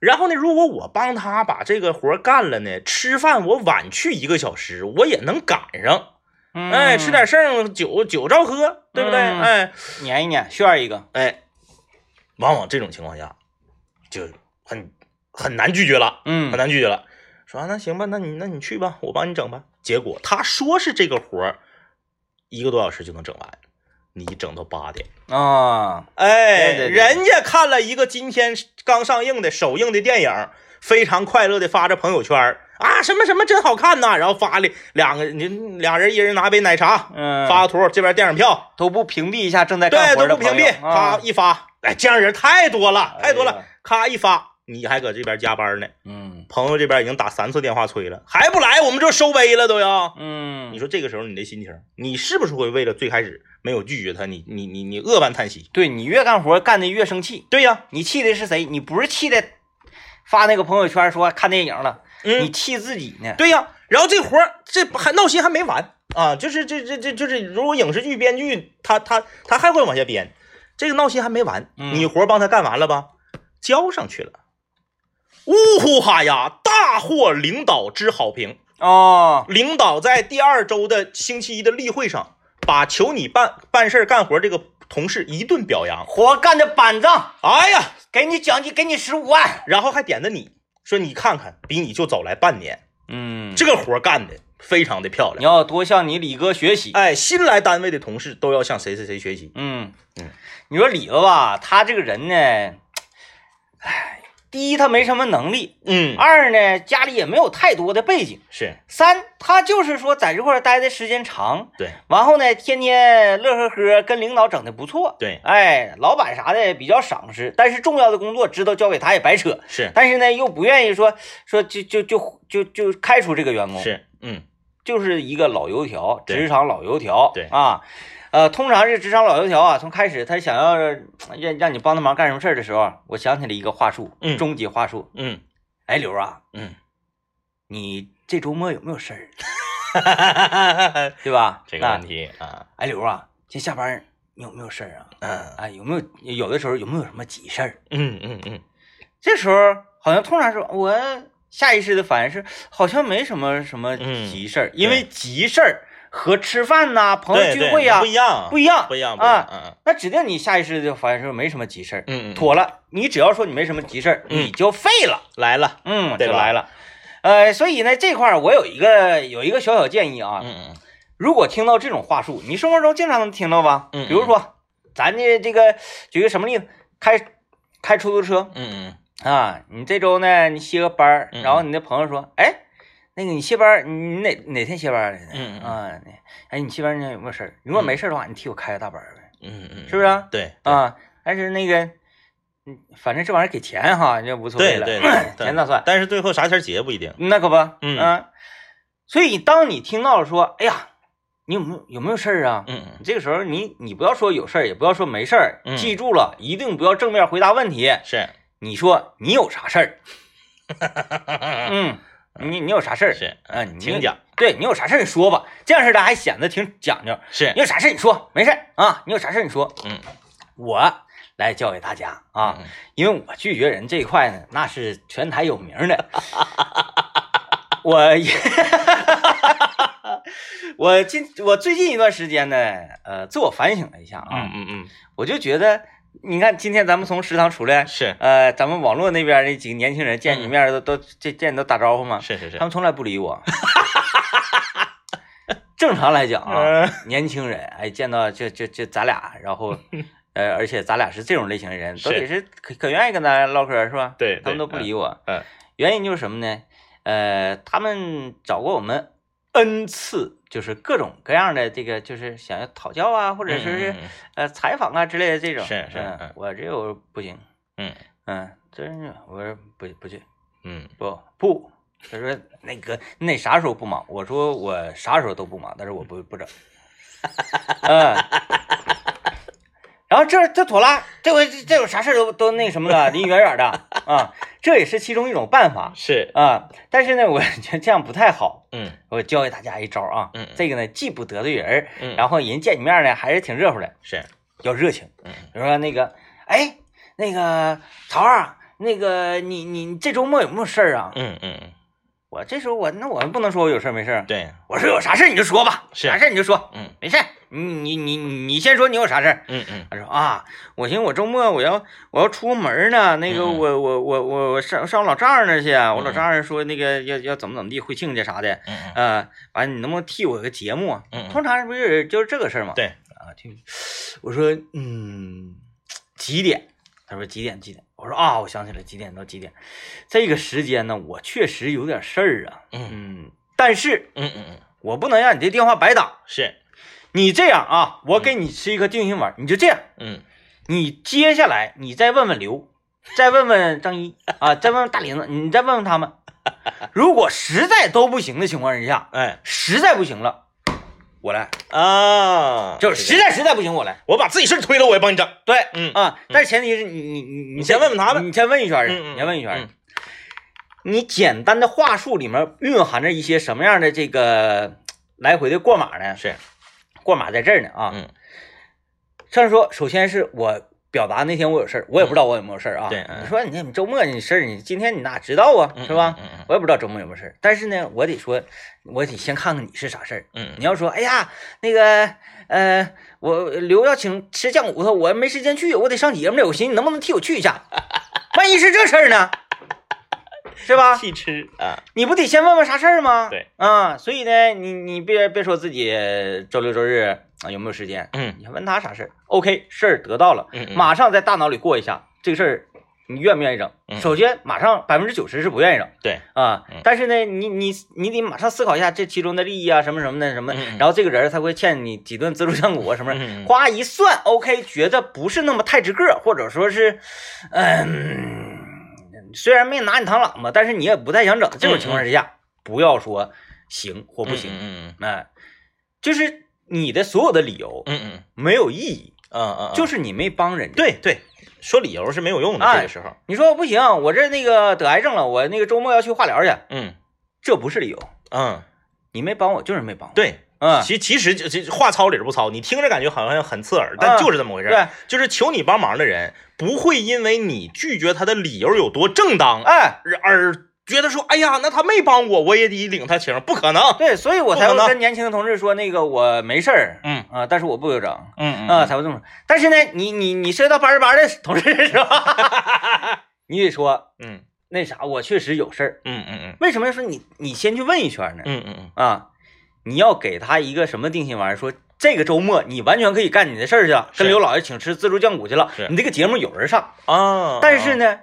[SPEAKER 1] 然后呢，如果我帮他把这个活儿干了呢，吃饭我晚去一个小时，我也能赶上。哎，吃点剩酒酒照喝，对不对？
[SPEAKER 2] 嗯
[SPEAKER 1] 哎
[SPEAKER 2] 撵一撵，炫一个，
[SPEAKER 1] 哎，往往这种情况下就很很难拒绝了，
[SPEAKER 2] 嗯
[SPEAKER 1] 很难拒绝了。说、啊、那行吧，那你那你去吧，我帮你整吧。结果他说是这个活儿一个多小时就能整完，你整到八点。
[SPEAKER 2] 啊，
[SPEAKER 1] 哎，
[SPEAKER 2] 对对对
[SPEAKER 1] 人家看了一个今天刚上映的首映的电影，非常快乐的发着朋友圈儿啊，什么什么真好看呐，然后发了两个，你俩人一人拿杯奶茶，
[SPEAKER 2] 嗯，
[SPEAKER 1] 发个图，这边电影票，
[SPEAKER 2] 都不屏蔽一下正在干
[SPEAKER 1] 对，
[SPEAKER 2] 活
[SPEAKER 1] 都
[SPEAKER 2] 的
[SPEAKER 1] 不
[SPEAKER 2] 朋友
[SPEAKER 1] 屏蔽，
[SPEAKER 2] 啊
[SPEAKER 1] 啪一发，哎，这样人太多了，太多
[SPEAKER 2] 哎
[SPEAKER 1] 了
[SPEAKER 2] 呀，
[SPEAKER 1] 咔一发，你还搁这边加班呢，
[SPEAKER 2] 嗯
[SPEAKER 1] 朋友这边已经打三次电话催了，还不来，我们就收杯了都要。
[SPEAKER 2] 嗯，
[SPEAKER 1] 你说这个时候你的心情，你是不是会为了最开始没有拒绝他，你你你你扼腕叹息？
[SPEAKER 2] 对你越干活干的越生气，
[SPEAKER 1] 对呀，
[SPEAKER 2] 你气的是谁？你不是气的发那个朋友圈说看电影了，
[SPEAKER 1] 嗯，
[SPEAKER 2] 你气自己呢。
[SPEAKER 1] 对呀、然后这活儿这还闹心还没完啊，就是这这这就是如果影视剧编剧他他他还会往下编，这个闹心还没完，
[SPEAKER 2] 嗯
[SPEAKER 1] 你活儿帮他干完了吧，交上去了，呜呼哈呀，大获领导之好评。
[SPEAKER 2] 哦，
[SPEAKER 1] 领导在第二周的星期一的例会上，把求你办办事儿干活儿这个同事一顿表扬，
[SPEAKER 2] 活干的板正，
[SPEAKER 1] 哎呀，
[SPEAKER 2] 给你奖金，给你十五万。
[SPEAKER 1] 然后还点的你说你看看，比你就早来半年，
[SPEAKER 2] 嗯，
[SPEAKER 1] 这个活儿干的非常的漂亮
[SPEAKER 2] 你。要多向你李哥学习。
[SPEAKER 1] 哎，新来单位的同事都要向谁谁谁学习。
[SPEAKER 2] 嗯
[SPEAKER 1] 嗯，
[SPEAKER 2] 你说李子吧，他这个人呢，哎，第一他没什么能力，
[SPEAKER 1] 嗯，
[SPEAKER 2] 二呢家里也没有太多的背景，
[SPEAKER 1] 是
[SPEAKER 2] 三他就是说在这块儿待的时间长，
[SPEAKER 1] 对
[SPEAKER 2] 然后呢天天乐呵呵，跟领导整的不错。
[SPEAKER 1] 对
[SPEAKER 2] 哎，老板啥的比较赏识，但是重要的工作知道交给他也白扯，
[SPEAKER 1] 是
[SPEAKER 2] 但是呢又不愿意说说就就就就就开除这个员工，
[SPEAKER 1] 是，嗯
[SPEAKER 2] 就是一个老油条，
[SPEAKER 1] 对
[SPEAKER 2] 职场老油条，
[SPEAKER 1] 对
[SPEAKER 2] 啊，呃，通常是职场老油条啊，从开始他想要让让你帮他忙干什么事儿的时候，啊我想起了一个话术，
[SPEAKER 1] 嗯
[SPEAKER 2] 终极话术，
[SPEAKER 1] 嗯
[SPEAKER 2] 哎，刘啊，
[SPEAKER 1] 嗯，
[SPEAKER 2] 你这周末有没有事儿，对吧？
[SPEAKER 1] 这个问
[SPEAKER 2] 啊，
[SPEAKER 1] 题啊，
[SPEAKER 2] 哎，刘啊，今下班你有没有事儿啊？
[SPEAKER 1] 嗯
[SPEAKER 2] 哎，有没有有的时候有没有什么急事儿？
[SPEAKER 1] 嗯嗯嗯，
[SPEAKER 2] 这时候好像通常是我下意识的反应是，好像没什么什么
[SPEAKER 1] 嗯
[SPEAKER 2] 急事儿，因为急事儿和吃饭呐、朋友
[SPEAKER 1] 对
[SPEAKER 2] 聚
[SPEAKER 1] 对
[SPEAKER 2] 会呀、
[SPEAKER 1] 不一样，
[SPEAKER 2] 不一样，
[SPEAKER 1] 不一样，不一样
[SPEAKER 2] 啊。
[SPEAKER 1] 嗯
[SPEAKER 2] 那指定你下意识就反应是没什么急事儿，
[SPEAKER 1] 嗯嗯，
[SPEAKER 2] 妥了。你只要说你没什么急事儿，
[SPEAKER 1] 嗯
[SPEAKER 2] 你就废了，
[SPEAKER 1] 来了，
[SPEAKER 2] 嗯，
[SPEAKER 1] 对
[SPEAKER 2] 就
[SPEAKER 1] 吧
[SPEAKER 2] 来了。呃，所以呢，这块儿我有一个有一个小小建议啊，
[SPEAKER 1] 嗯
[SPEAKER 2] 如果听到这种话术，你生活中经常能听到吧？
[SPEAKER 1] 嗯嗯
[SPEAKER 2] 比如说，咱这这个举个什么例子，开开出租车，
[SPEAKER 1] 嗯嗯
[SPEAKER 2] 啊，你这周呢，你歇个班儿，
[SPEAKER 1] 嗯
[SPEAKER 2] 然后你的朋友说，哎，那个你歇班儿，你哪哪天歇班儿来着？
[SPEAKER 1] 嗯嗯嗯
[SPEAKER 2] 啊，那哎，你歇班儿那天有没有事儿？如果没事儿的话，你替我开个大班儿呗。
[SPEAKER 1] 嗯嗯，对
[SPEAKER 2] 啊，但是那个，嗯，反正这玩意儿给钱哈，就无所谓
[SPEAKER 1] 对
[SPEAKER 2] 了，
[SPEAKER 1] 对 对，
[SPEAKER 2] 钱咋算？
[SPEAKER 1] 但是最后啥钱结不一定。
[SPEAKER 2] 那可不，
[SPEAKER 1] 嗯
[SPEAKER 2] 啊，所以当你听到了说，哎呀，你有没有有没有事儿啊？
[SPEAKER 1] 嗯嗯，
[SPEAKER 2] 这个时候你你不要说有事儿，也不要说没事儿，
[SPEAKER 1] 嗯
[SPEAKER 2] 记住了，一定不要正面回答问题。
[SPEAKER 1] 是
[SPEAKER 2] 你说你有啥事儿？ 嗯，你你有啥事儿？
[SPEAKER 1] 是，
[SPEAKER 2] 啊，你
[SPEAKER 1] 请讲。
[SPEAKER 2] 对你有啥事儿你说吧，这样式的还显得挺讲究。
[SPEAKER 1] 是
[SPEAKER 2] 你，有啥事儿你说，没事儿啊。你有啥事儿你说，
[SPEAKER 1] 嗯
[SPEAKER 2] 我来教给大家啊，，因为我拒绝人这一块呢，那是全台有名 的。我也，我近我最近一段时间呢，呃，自我反省了一下啊，
[SPEAKER 1] 嗯嗯
[SPEAKER 2] 我就觉得，你看今天咱们从食堂出来
[SPEAKER 1] 嗯，，是
[SPEAKER 2] 呃，咱们网络那边那几个年轻人见你
[SPEAKER 1] 嗯
[SPEAKER 2] 面儿都、都见见你都打招呼吗？
[SPEAKER 1] 是是是
[SPEAKER 2] 他，们从来不理我。 正常 来讲啊，
[SPEAKER 1] 嗯
[SPEAKER 2] 年轻人哎，见到这这这咱俩，然后呃，而且咱俩是这种类型的人，都
[SPEAKER 1] 是
[SPEAKER 2] 得是可可愿意跟咱唠嗑儿是吧？
[SPEAKER 1] 对对
[SPEAKER 2] 他们都不理我。
[SPEAKER 1] 嗯嗯
[SPEAKER 2] 原因就是什么呢？呃，他们找过我们 n 次，就是各种各样的这个，就是想要讨教啊，或者
[SPEAKER 1] 嗯
[SPEAKER 2] 说是、呃采访啊之类的这种。
[SPEAKER 1] 是是
[SPEAKER 2] 嗯
[SPEAKER 1] 嗯
[SPEAKER 2] 我这我不行。
[SPEAKER 1] 嗯
[SPEAKER 2] 嗯，真是我说不不去。
[SPEAKER 1] 嗯
[SPEAKER 2] 不不，他说那个你得啥时候不忙？我说我啥时候都不忙，但是我不不整。 嗯，然后这这妥了，这回这这有啥事儿都都那什么了，离远远的啊，这也是其中一种办法
[SPEAKER 1] 是，
[SPEAKER 2] 啊。但是呢，我觉得这样不太好。
[SPEAKER 1] 嗯
[SPEAKER 2] 我教给大家一招啊，
[SPEAKER 1] 嗯嗯
[SPEAKER 2] 这个呢既不得罪人，
[SPEAKER 1] 嗯，
[SPEAKER 2] 然
[SPEAKER 1] 后
[SPEAKER 2] 后人见你面呢还是挺热乎的，
[SPEAKER 1] 是，
[SPEAKER 2] 要热情。
[SPEAKER 1] 嗯
[SPEAKER 2] 比如说那个，哎，那个曹二啊，那个你你这周末有没有事儿啊？
[SPEAKER 1] 嗯嗯嗯，
[SPEAKER 2] 我这时候我那我不能说我有事儿没事儿，
[SPEAKER 1] 对，
[SPEAKER 2] 我说有啥事儿你就说吧，
[SPEAKER 1] 是
[SPEAKER 2] 啥事儿你就说，
[SPEAKER 1] 嗯
[SPEAKER 2] 没事儿，你你你你先说你有啥事儿。
[SPEAKER 1] 嗯嗯
[SPEAKER 2] 他说啊，我寻思我周末我要我要出门呢，那个
[SPEAKER 1] 嗯
[SPEAKER 2] 我我我我我上上我老丈人那儿去，啊我老
[SPEAKER 1] 嗯
[SPEAKER 2] 丈人说那个要要怎么怎么地回亲家啥的，
[SPEAKER 1] 嗯
[SPEAKER 2] 呃，完了你能不能替我个节目啊？
[SPEAKER 1] 嗯嗯
[SPEAKER 2] 通常不是就是这个事儿嘛。
[SPEAKER 1] 对
[SPEAKER 2] 啊，听我说，嗯，几点？他说几点？几点？我说啊，我想起来几点到几点。这个时间呢，我确实有点事儿啊。
[SPEAKER 1] 嗯
[SPEAKER 2] 嗯，但是
[SPEAKER 1] 嗯嗯嗯，
[SPEAKER 2] 我不能让你这电话白打。
[SPEAKER 1] 是，
[SPEAKER 2] 你这样啊，我给你吃一颗定心丸，你就这样。
[SPEAKER 1] 嗯
[SPEAKER 2] 你接下来你再问 问刘，再问问张一啊，再问问大林子，你再问问他们。如果实在都不行的情况之下，
[SPEAKER 1] 哎
[SPEAKER 2] 实在不行了，我来。
[SPEAKER 1] 啊，
[SPEAKER 2] 就是实
[SPEAKER 1] 的
[SPEAKER 2] 在实在不行我来。
[SPEAKER 1] 我把自己事儿推了，我也帮你整。
[SPEAKER 2] 对，
[SPEAKER 1] 嗯
[SPEAKER 2] 啊，但是前提是你你你你
[SPEAKER 1] 你先问问他们
[SPEAKER 2] 你先问一圈儿
[SPEAKER 1] 嗯
[SPEAKER 2] 去，
[SPEAKER 1] 嗯
[SPEAKER 2] 你先问一圈儿去
[SPEAKER 1] 嗯。
[SPEAKER 2] 你简单的话术里面蕴含着一些什么样的这个来回的过马呢？
[SPEAKER 1] 是，
[SPEAKER 2] 过马在这儿呢啊。
[SPEAKER 1] 嗯。
[SPEAKER 2] 这样说，首先是我表达那天我有事儿，我也不知道我有没有事儿啊。
[SPEAKER 1] 对嗯
[SPEAKER 2] 你说你你周末你事儿，你今天你哪知道啊？
[SPEAKER 1] 嗯
[SPEAKER 2] 是吧？
[SPEAKER 1] 嗯嗯
[SPEAKER 2] 我也不知道周末有没有事儿，但是呢，我得说，我得先看看你是啥事儿。
[SPEAKER 1] 嗯，
[SPEAKER 2] 你要说，哎呀，那个，呃，我刘要请吃酱骨头，我没时间去，我得上节目了。我寻思你能不能替我去一下？万一是这事儿呢，是吧？
[SPEAKER 1] 气吃啊，
[SPEAKER 2] 你不得先问问啥事儿吗？
[SPEAKER 1] 对，
[SPEAKER 2] 啊，所以呢，你你别别说自己周六周日啊有没有时间，
[SPEAKER 1] 嗯
[SPEAKER 2] 你还问他啥事儿？OK，事儿得到了，
[SPEAKER 1] 嗯嗯
[SPEAKER 2] 马上在大脑里过一下这个事儿，你愿不愿意整？
[SPEAKER 1] 嗯
[SPEAKER 2] 首先，马上百分之九十是不愿意整。
[SPEAKER 1] 对，
[SPEAKER 2] 啊
[SPEAKER 1] 嗯，
[SPEAKER 2] 但是呢，你你你得马上思考一下这其中的利益啊，什么什么的什么的
[SPEAKER 1] 嗯嗯，
[SPEAKER 2] 然后这个人他会欠你几顿自助酱骨啊什么
[SPEAKER 1] 嗯
[SPEAKER 2] 的，
[SPEAKER 1] 嗯
[SPEAKER 2] 夸一算，OK，觉得不是那么太值个，或者说是，嗯，虽然没拿你当喇嘛，但是你也不太想整。这种情况之下，不要说行或不行，
[SPEAKER 1] 嗯
[SPEAKER 2] 哎，就是你的所有的理由
[SPEAKER 1] 嗯嗯
[SPEAKER 2] 没有意义，
[SPEAKER 1] 嗯嗯，
[SPEAKER 2] 就是哎是你没帮人家。
[SPEAKER 1] 对对，说理由是没有用的，这个时候，
[SPEAKER 2] 你说不行，我这那个得癌症了，我那个周末要去化疗去，
[SPEAKER 1] 嗯
[SPEAKER 2] 这不是理由，
[SPEAKER 1] 嗯，
[SPEAKER 2] 你没帮我就是没帮我。
[SPEAKER 1] 对。
[SPEAKER 2] 嗯，
[SPEAKER 1] 其其实就就话糙理儿不糙，你听着感觉好像很刺耳，但就是这么回事。
[SPEAKER 2] 嗯对，
[SPEAKER 1] 就是求你帮忙的人不会因为你拒绝他的理由有多正当，
[SPEAKER 2] 哎，
[SPEAKER 1] 而而觉得说，哎呀，那他没帮我，我也得领他情，不可能。
[SPEAKER 2] 对，所以我
[SPEAKER 1] 不
[SPEAKER 2] 才
[SPEAKER 1] 可
[SPEAKER 2] 会
[SPEAKER 1] 能
[SPEAKER 2] 跟年轻的同志说，那个我没事儿，
[SPEAKER 1] 嗯
[SPEAKER 2] 啊，但是我不有整啊、
[SPEAKER 1] 嗯
[SPEAKER 2] 才会这么说。但是呢，你你你涉及到八十八的同志是吧？ 你得说
[SPEAKER 1] 嗯
[SPEAKER 2] 那啥，我确实有事儿。
[SPEAKER 1] 嗯嗯
[SPEAKER 2] 为什么要说你你先去问一圈呢？
[SPEAKER 1] 嗯嗯嗯
[SPEAKER 2] 啊，你要给他一个什么定心丸？说这个周末你完全可以干你的事儿去了，跟
[SPEAKER 1] 是
[SPEAKER 2] 刘老爷请吃自助酱骨去了
[SPEAKER 1] 是。
[SPEAKER 2] 你这个节目有人上，
[SPEAKER 1] 啊，
[SPEAKER 2] 但是呢，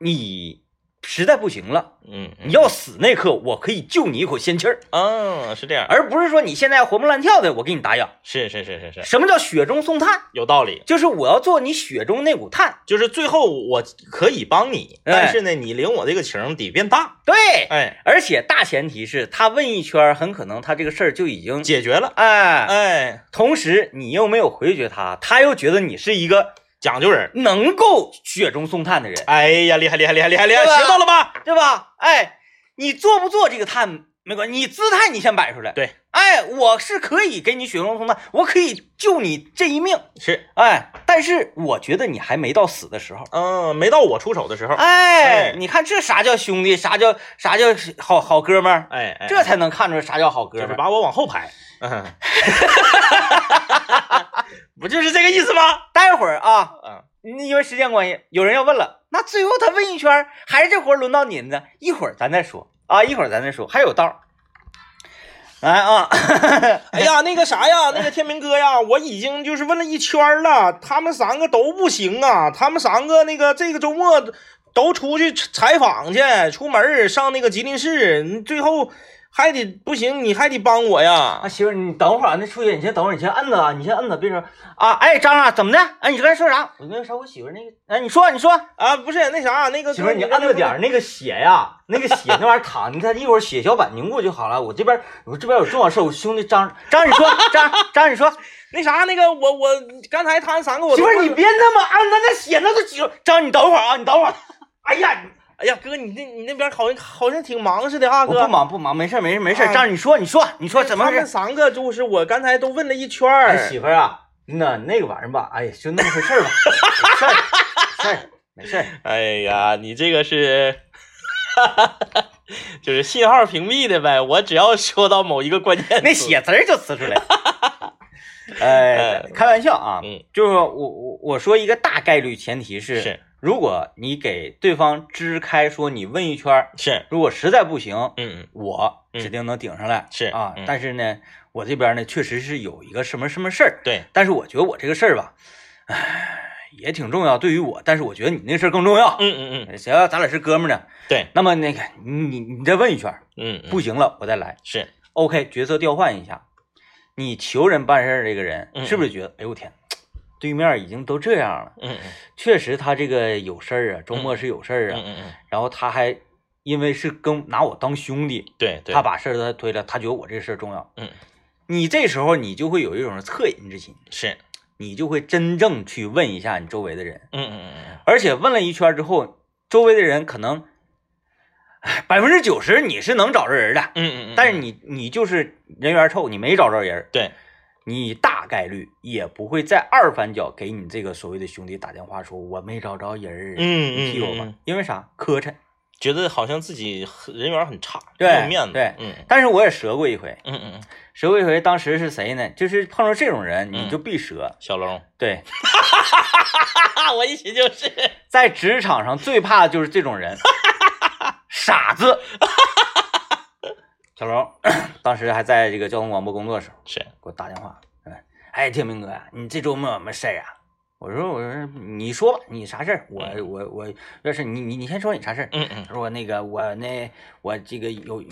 [SPEAKER 2] 你实在不行了，
[SPEAKER 1] 嗯，
[SPEAKER 2] 你要死那刻，我可以救你一口仙气儿。
[SPEAKER 1] 嗯是这样，
[SPEAKER 2] 而不是说你现在活蹦乱跳的，我给你打氧。
[SPEAKER 1] 是是是是是，
[SPEAKER 2] 什么叫雪中送炭？
[SPEAKER 1] 有道理。
[SPEAKER 2] 就是我要做你雪中那股炭。
[SPEAKER 1] 就是最后我可以帮你，
[SPEAKER 2] 哎
[SPEAKER 1] 但是呢，你领我这个情得变大，
[SPEAKER 2] 对，
[SPEAKER 1] 哎，
[SPEAKER 2] 而且大前提是他问一圈儿，很可能他这个事儿就已经
[SPEAKER 1] 解决了，
[SPEAKER 2] 哎，
[SPEAKER 1] 哎，
[SPEAKER 2] 同时你又没有回绝他，他又觉得你是一个
[SPEAKER 1] 讲究人，
[SPEAKER 2] 能够雪中送炭的人，
[SPEAKER 1] 哎呀，厉害厉害厉害厉害厉害，
[SPEAKER 2] 对吧
[SPEAKER 1] 学到了吧？
[SPEAKER 2] 对吧？哎，你做不做这个炭没关系，你姿态你先摆出来。
[SPEAKER 1] 对，
[SPEAKER 2] 哎，我是可以给你雪中送炭，我可以救你这一命。
[SPEAKER 1] 是，
[SPEAKER 2] 哎，但是我觉得你还没到死的时候。
[SPEAKER 1] 嗯，没到我出手的 时候，哎
[SPEAKER 2] 哎，你看这啥叫兄弟，啥叫啥叫好好哥们儿，
[SPEAKER 1] 哎哎，
[SPEAKER 2] 这才能看出来啥叫好哥
[SPEAKER 1] 就是
[SPEAKER 2] 们儿。
[SPEAKER 1] 把我往后排， 嗯，不就是这个意思吗？
[SPEAKER 2] 待会儿啊，
[SPEAKER 1] 嗯，
[SPEAKER 2] 因为时间关系，有人要问了，那最后他问一圈儿，还是这活儿轮到你呢，一会儿咱再说啊，一会儿咱再说，还有道儿。来啊，
[SPEAKER 1] 哎呀，那个啥呀，那个天明哥呀，我已经就是问了一圈儿了，他们三个都不行啊，他们三个那个这个周末都出去采访去，出门儿上那个吉林市，你最后还得不行，你还得帮我呀
[SPEAKER 2] 啊，。媳妇儿，你等会儿啊，那出去，你先等会儿，你先摁着啊，你先摁着，别说啊，哎，张啊，怎么的？哎，你刚才说啥？我跟你说，我媳妇儿那个，哎，你说，你说，
[SPEAKER 1] 啊，不是那啥， 那个
[SPEAKER 2] 媳妇儿，你按着点儿，那个血呀，那个血那玩意儿淌，你看一会儿血小板凝固就好了。我这边，我这边有重要事，我兄弟张张，你说张张，你说，媳
[SPEAKER 1] 那啥，那个我我刚才他们三个我都
[SPEAKER 2] 妇儿
[SPEAKER 1] 问
[SPEAKER 2] 你
[SPEAKER 1] 了
[SPEAKER 2] 别那么按着那血，那都几张，你等会儿啊，你等会儿。哎呀，
[SPEAKER 1] 哎呀哥，你那你那边好像好像挺忙似的啊，
[SPEAKER 2] 我
[SPEAKER 1] 哥。
[SPEAKER 2] 不忙不忙，没事儿没事儿没事儿。
[SPEAKER 1] 啊
[SPEAKER 2] 张，你说你说你说怎么
[SPEAKER 1] 他
[SPEAKER 2] 回
[SPEAKER 1] 们
[SPEAKER 2] 事？
[SPEAKER 1] 三个就是我刚才都问了一圈
[SPEAKER 2] 哎，
[SPEAKER 1] 儿，
[SPEAKER 2] 媳妇儿啊，那那个玩意儿吧，哎呀，就那么回事儿吧，事儿事儿，没事儿，
[SPEAKER 1] 哎呀，你这个是， 就是信号屏蔽的呗。我只要说到某一个关键词，
[SPEAKER 2] 那写词儿就呲出来了。 呃，开玩笑啊，
[SPEAKER 1] 嗯
[SPEAKER 2] 就是说我我我说一个大概率前提是，
[SPEAKER 1] 是
[SPEAKER 2] 如果你给对方支开，说你问一圈儿，
[SPEAKER 1] 是，
[SPEAKER 2] 如果实在不行，
[SPEAKER 1] 嗯嗯，
[SPEAKER 2] 我
[SPEAKER 1] 嗯
[SPEAKER 2] 指定能顶上来，
[SPEAKER 1] 是
[SPEAKER 2] 啊
[SPEAKER 1] 嗯，
[SPEAKER 2] 但是呢，我这边呢确实是有一个什么什么事儿，
[SPEAKER 1] 对，
[SPEAKER 2] 但是我觉得我这个事儿吧，唉，也挺重要，对于我，但是我觉得你那事儿更重要。
[SPEAKER 1] 嗯嗯嗯，
[SPEAKER 2] 谁要咱俩是哥们儿呢？
[SPEAKER 1] 对，
[SPEAKER 2] 那么那个你你再问一圈儿，
[SPEAKER 1] 嗯嗯
[SPEAKER 2] 不行了我再来。
[SPEAKER 1] 是，
[SPEAKER 2] OK，角色调换一下，你求人办事儿这个人
[SPEAKER 1] 嗯
[SPEAKER 2] 是不是觉得，哎呦我天，对面已经都这样了，
[SPEAKER 1] 嗯嗯
[SPEAKER 2] 确实他这个有事儿啊，周末是有事儿
[SPEAKER 1] 嗯
[SPEAKER 2] 啊，
[SPEAKER 1] 嗯嗯，
[SPEAKER 2] 然后他还因为是跟拿我当兄弟，
[SPEAKER 1] 对对，
[SPEAKER 2] 他把事儿都推了，他觉得我这事儿重要。
[SPEAKER 1] 嗯
[SPEAKER 2] 你这时候你就会有一种恻隐之心，
[SPEAKER 1] 是，
[SPEAKER 2] 你就会真正去问一下你周围的人，
[SPEAKER 1] 嗯嗯嗯
[SPEAKER 2] 而且问了一圈之后，周围的人可能百分之九十你是能找着人的，
[SPEAKER 1] 嗯嗯嗯，
[SPEAKER 2] 但是你你就是人缘臭，你没找着人，
[SPEAKER 1] 对，
[SPEAKER 2] 你大概率也不会在二反脚给你这个所谓的兄弟打电话说我没找着人儿，
[SPEAKER 1] 嗯
[SPEAKER 2] 你替我吧，因为啥磕碜。
[SPEAKER 1] 觉得好像自己很人缘很差，
[SPEAKER 2] 对
[SPEAKER 1] 没有面子，
[SPEAKER 2] 对
[SPEAKER 1] 嗯
[SPEAKER 2] 但是我也折过一回，
[SPEAKER 1] 嗯嗯嗯，
[SPEAKER 2] 折过一回，当时是谁呢？就是碰到这种人
[SPEAKER 1] 嗯
[SPEAKER 2] 你就必折，
[SPEAKER 1] 小 龙，
[SPEAKER 2] 对，
[SPEAKER 1] 啊，我一寻就是，
[SPEAKER 2] 在职场上最怕的就是这 种人，傻子。 小龙当时还在这个交通广播工作的时候，
[SPEAKER 1] 是，
[SPEAKER 2] 给我打电话，嗯，哎，天明哥，你这周末有没有事儿啊？我说，我说，你说吧，你啥事儿？我
[SPEAKER 1] 嗯
[SPEAKER 2] 我我，要是你你你先说你啥事儿。
[SPEAKER 1] 嗯嗯
[SPEAKER 2] 他说那个我那我这个有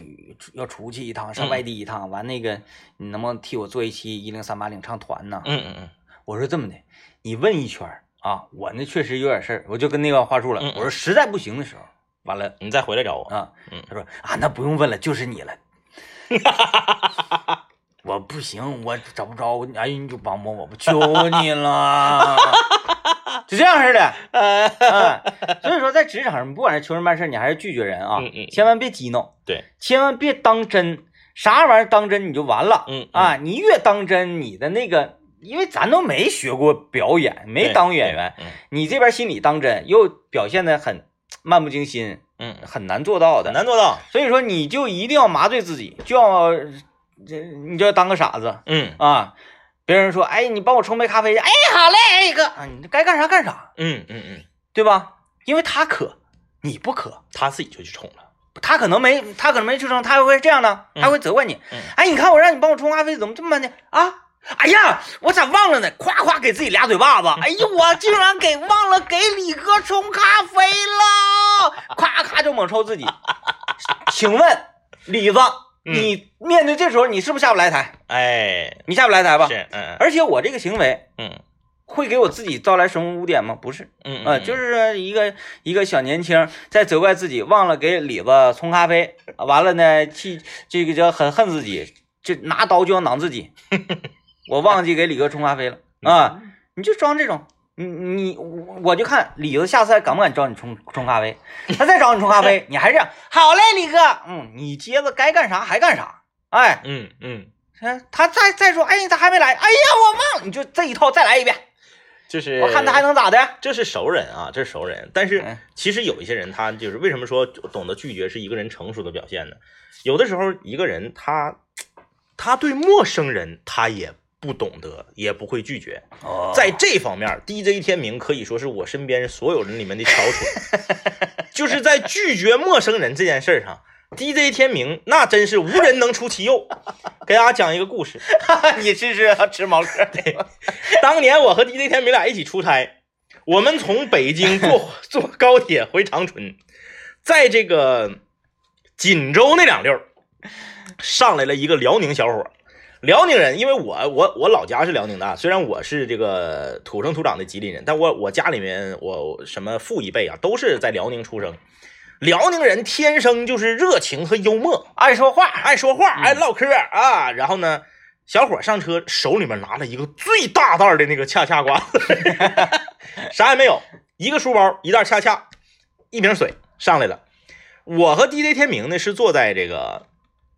[SPEAKER 2] 要出去一趟，上
[SPEAKER 1] 嗯
[SPEAKER 2] 外地一趟，完那个你能不能替我做一期一零三八领唱团呢？
[SPEAKER 1] 嗯嗯嗯，
[SPEAKER 2] 我说这么的，你问一圈儿啊，我呢确实有点事儿，我就跟那个话术了，
[SPEAKER 1] 嗯嗯
[SPEAKER 2] 我说实在不行的时候，完了
[SPEAKER 1] 你再回来找我，
[SPEAKER 2] 啊，
[SPEAKER 1] 嗯
[SPEAKER 2] 他说啊那不用问了，就是你了。 我不行，我找不着，哎，你就帮帮我吧，求你了， 就这样似的。
[SPEAKER 1] 呃，
[SPEAKER 2] 嗯，所以说在职场上，不管是求人办事，你还是拒绝人啊，
[SPEAKER 1] 嗯嗯
[SPEAKER 2] 千万别激怒，
[SPEAKER 1] 对，
[SPEAKER 2] 千万别当真，啥玩意儿当真你就完了。
[SPEAKER 1] 嗯
[SPEAKER 2] 啊，你越当真，你的那个，因为咱都没学过表演，没当过演员，，
[SPEAKER 1] 嗯
[SPEAKER 2] 你这边心里当真，又表现的很漫不经心，
[SPEAKER 1] 嗯嗯，
[SPEAKER 2] 很难做到
[SPEAKER 1] 很
[SPEAKER 2] 的。
[SPEAKER 1] 难做到，
[SPEAKER 2] 所以说，你就一定要麻醉自己，就要这，你就要当个傻子
[SPEAKER 1] 嗯
[SPEAKER 2] 啊。别人说，哎，你帮我冲杯咖啡去，哎，好嘞，哎哥，啊，你该干啥干啥，
[SPEAKER 1] 嗯嗯嗯，
[SPEAKER 2] 对吧？因为他渴，你不渴，
[SPEAKER 1] 他自己就去冲了，
[SPEAKER 2] 他可能没，他可能没出声，他会这样呢，
[SPEAKER 1] 嗯
[SPEAKER 2] 他会责怪你。
[SPEAKER 1] 嗯
[SPEAKER 2] 哎，你看我让你帮我冲咖啡，怎么这么慢呢？啊，哎呀，我咋忘了呢？夸夸给自己俩嘴 巴子。哎呀，我竟然给忘了给李哥冲咖啡了， 夸夸就猛抽自己。 请问李子，
[SPEAKER 1] 嗯
[SPEAKER 2] 你面对这时候你是不是下不来台？
[SPEAKER 1] 哎，
[SPEAKER 2] 你下不来台吧
[SPEAKER 1] 是，？嗯
[SPEAKER 2] 而且我这个行为
[SPEAKER 1] 嗯
[SPEAKER 2] 会给我自己招来什么污点吗？不是。
[SPEAKER 1] 嗯，
[SPEAKER 2] 呃，就是一个一个小年轻在责怪自己忘了给李子冲咖啡，啊完了呢，气这个叫很恨自己，就拿刀就要攮自己，我忘记给李哥冲咖啡了啊！你就装这种，你你我我就看李子下次还敢不敢找你冲冲咖啡，他再找你冲咖啡，你还是这样好嘞，李哥，嗯，你接着该干啥还干啥，哎，
[SPEAKER 1] 嗯嗯，
[SPEAKER 2] 他再再说，哎，你咋还没来？哎呀，我忘了，你就这一套再来一遍，
[SPEAKER 1] 就是
[SPEAKER 2] 我看他还。能咋的？
[SPEAKER 1] 这是熟人啊，这是熟人。但是
[SPEAKER 2] 嗯
[SPEAKER 1] 其实有一些人，他就是为什么说懂得拒绝是一个人成熟的表现呢？有的时候，一个人他他对陌生人他也不懂得，也不会拒绝。
[SPEAKER 2] 哦
[SPEAKER 1] 在这方面，DJ 天明可以说是我身边所有人里面的翘楚，就是在拒绝陌生人这件事儿上。DJ 天明那真是无人能出其右，给大家讲一个故事。
[SPEAKER 2] 你试试啊吃毛嗑。
[SPEAKER 1] 当年我和 DJ 天明俩一起出差，我们从北京 坐坐高铁回长春，在这个锦州那两溜儿上来了一个辽宁小伙儿。辽宁人，因为我我我老家是辽宁的啊，虽然我是这个土生土长的吉林人，但我我家里面我我什么父一辈啊，都是在辽宁出生。辽宁人天生就是热情和幽默，
[SPEAKER 2] 爱说话，
[SPEAKER 1] 爱说话，爱唠嗑儿啊。然后呢，小伙儿上车手里面拿了一个最大袋儿的那个恰恰瓜子，啥也没有，一个书包，一袋恰恰，一瓶水上来了。我和 DJ 天明呢是坐在这个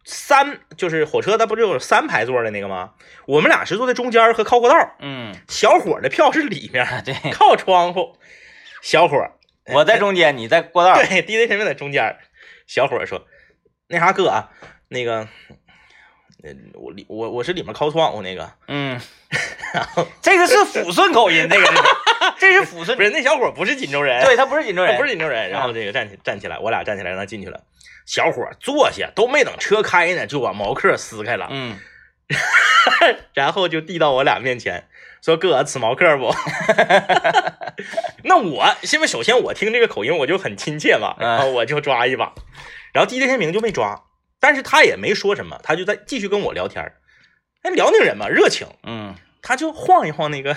[SPEAKER 1] 三，就是火车它不是有三排座的那个吗？我们俩是坐在中间儿和靠过道儿，
[SPEAKER 2] 嗯，
[SPEAKER 1] 小伙儿的票是里面儿，
[SPEAKER 2] 啊对，
[SPEAKER 1] 靠窗户。小伙儿
[SPEAKER 2] 我在中间，你在过道。
[SPEAKER 1] 对，DJ 陈明在中间儿。小伙儿说：“那啥哥啊，那个，呃，我里我我是里面靠窗户那个，
[SPEAKER 2] 嗯，这个是抚顺口音，这个是，这是抚 顺
[SPEAKER 1] 不。是那小伙儿不是锦州人，
[SPEAKER 2] 对，他不是锦州
[SPEAKER 1] 他
[SPEAKER 2] 人，
[SPEAKER 1] 不是锦州人。然后这个站起站起来，我俩站起来让他进去了。小伙儿坐下，都没等车开呢，就把毛克撕开了，
[SPEAKER 2] 嗯，
[SPEAKER 1] 然后就递到我俩面前，说：哥，此毛克不？ 那我因为首先我听这个口音我就很亲切嘛，
[SPEAKER 2] 嗯
[SPEAKER 1] 然后我就抓一把，然后 DJ 天明就没抓，但是他也没说什么，他就在继续跟我聊天儿。哎，辽宁人嘛，热情。
[SPEAKER 2] 嗯，
[SPEAKER 1] 他就晃一晃那个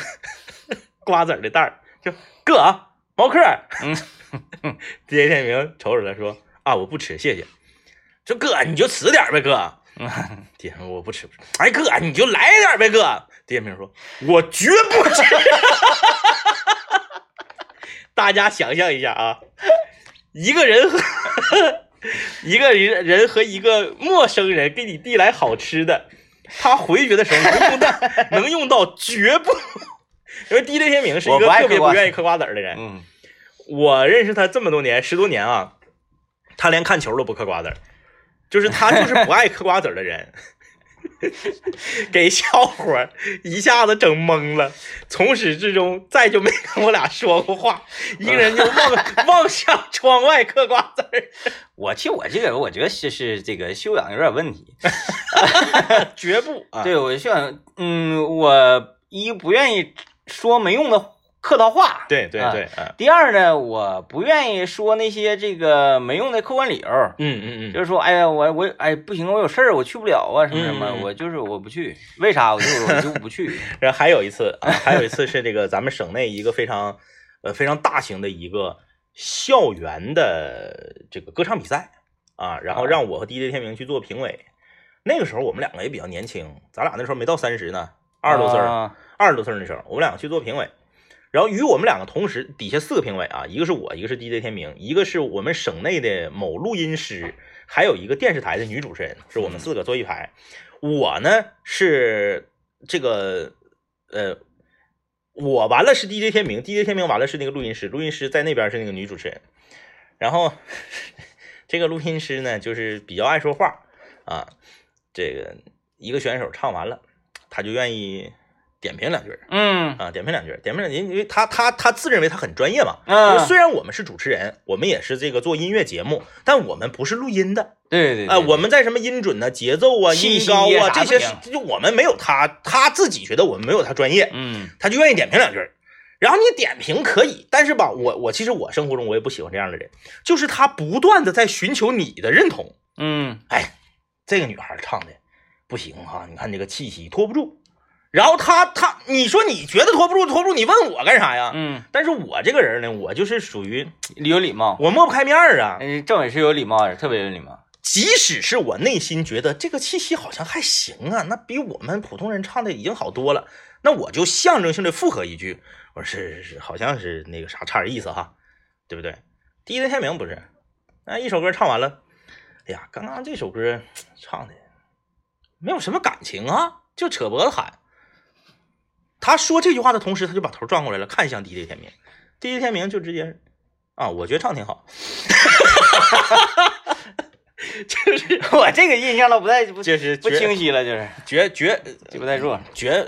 [SPEAKER 1] 瓜子儿的袋儿，就哥啊，毛克儿。
[SPEAKER 2] 嗯
[SPEAKER 1] DJ 天明瞅瞅他说啊，我不吃，谢谢。说哥，你就吃点儿呗，哥。
[SPEAKER 2] 嗯
[SPEAKER 1] 爹，我不吃，不吃。哎哥，你就来点儿呗，哥。爹明说，我绝不吃。 大家想象一下啊，一个人和一个人人和一个陌生人给你递来好吃的，他回绝的时候能用到能用到绝不， 因为 DJ 天明是一
[SPEAKER 2] 我
[SPEAKER 1] 个
[SPEAKER 2] 不爱
[SPEAKER 1] 特别
[SPEAKER 2] 嗑
[SPEAKER 1] 不
[SPEAKER 2] 瓜子
[SPEAKER 1] 愿意嗑瓜子儿的人。
[SPEAKER 2] 嗯，
[SPEAKER 1] 我认识他这么多年，十多年啊，他连看球都不嗑瓜子儿，就是他就是不爱嗑瓜子儿的人， 给小伙儿一下子整懵了，从始至终再就没跟我俩说过话，一个人就望望向窗外嗑瓜子儿，
[SPEAKER 2] 我其实我这个人我觉得是是这个修养有点问题。
[SPEAKER 1] 绝不啊，
[SPEAKER 2] 对我修养，嗯，我一不愿意说没用的客套话，
[SPEAKER 1] 对对
[SPEAKER 2] 啊
[SPEAKER 1] 对，嗯
[SPEAKER 2] 第二呢，我不愿意说那些这个没用的客观理由，
[SPEAKER 1] 嗯嗯嗯，
[SPEAKER 2] 就是说，哎呀，我我哎不行，我有事儿，我去不了啊，什么什么，
[SPEAKER 1] 嗯嗯嗯
[SPEAKER 2] 我就是我不去，为啥？我就我就不去。
[SPEAKER 1] 然后还有一次啊，还有一次是这个咱们省内一个非常呃非常大型的一个校园的这个歌唱比赛啊，然后让我和 DJ 天明去做评委。那个时候我们两个也比较年轻，咱俩那时候没到三十呢， 二十多岁儿，
[SPEAKER 2] 啊
[SPEAKER 1] 二十多岁儿那时候，我们两个去做评委。然后与我们两个同时，底下四个评委啊，一个是我，一个是 DJ 天明，一个是我们省内的某录音师，还有一个电视台的女主持人，是我们四个坐一排。我呢是这个呃，我完了是 DJ 天明，DJ 天明完了是那个录音师，录音师在那边是那个女主持人。然后这个录音师呢，就是比较爱说话啊，这个一个选手唱完了，他就愿意点评两句儿
[SPEAKER 2] 嗯
[SPEAKER 1] 啊，点评两句儿，点评两句儿，因为他他他自认为他很专业嘛。因为
[SPEAKER 2] 嗯，
[SPEAKER 1] 虽然我们是主持人，我们也是这个做音乐节目，但我们不是录音的，
[SPEAKER 2] 对对对，
[SPEAKER 1] 哎、我们在什么音准呢、节奏啊、
[SPEAKER 2] 气
[SPEAKER 1] 音
[SPEAKER 2] 息
[SPEAKER 1] 高
[SPEAKER 2] 呀
[SPEAKER 1] 啊
[SPEAKER 2] 啥
[SPEAKER 1] 这
[SPEAKER 2] 不
[SPEAKER 1] 些
[SPEAKER 2] 行
[SPEAKER 1] 是，就我们没有他，他自己觉得我们没有他专业，
[SPEAKER 2] 嗯
[SPEAKER 1] 他就愿意点评两句儿。然后你点评可以，但是吧，我我其实我生活中我也不喜欢这样的人，就是他不断的在寻求你的认同。
[SPEAKER 2] 嗯
[SPEAKER 1] 哎，这个女孩唱的不行哈、你看这个气息拖不住。然后她她，你说你觉得拖不住，拖不住，你问我干啥呀？
[SPEAKER 2] 嗯，
[SPEAKER 1] 但是我这个人呢，我就是属于
[SPEAKER 2] 有礼貌，
[SPEAKER 1] 我抹不开面儿啊。
[SPEAKER 2] 嗯，政委是有礼貌的，特别有礼貌。
[SPEAKER 1] 即使是我内心觉得这个气息好像还行啊，那比我们普通人唱的已经好多了，那我就象征性的附和一句，我说是是是，好像是那个啥，差点意思哈，对不对？第一的天明不是，那一首歌唱完了，哎呀，刚刚这首歌唱的没有什么感情啊，就扯脖子喊。他说这句话的同时，他就把头转过来了，看向 DJ 天明。DJ 天明就直接啊，我觉得唱挺好，就是
[SPEAKER 2] 我这个印象都不太不
[SPEAKER 1] 就是
[SPEAKER 2] 不
[SPEAKER 1] 觉
[SPEAKER 2] 清晰了，就是
[SPEAKER 1] 绝绝
[SPEAKER 2] 记不太住。
[SPEAKER 1] 绝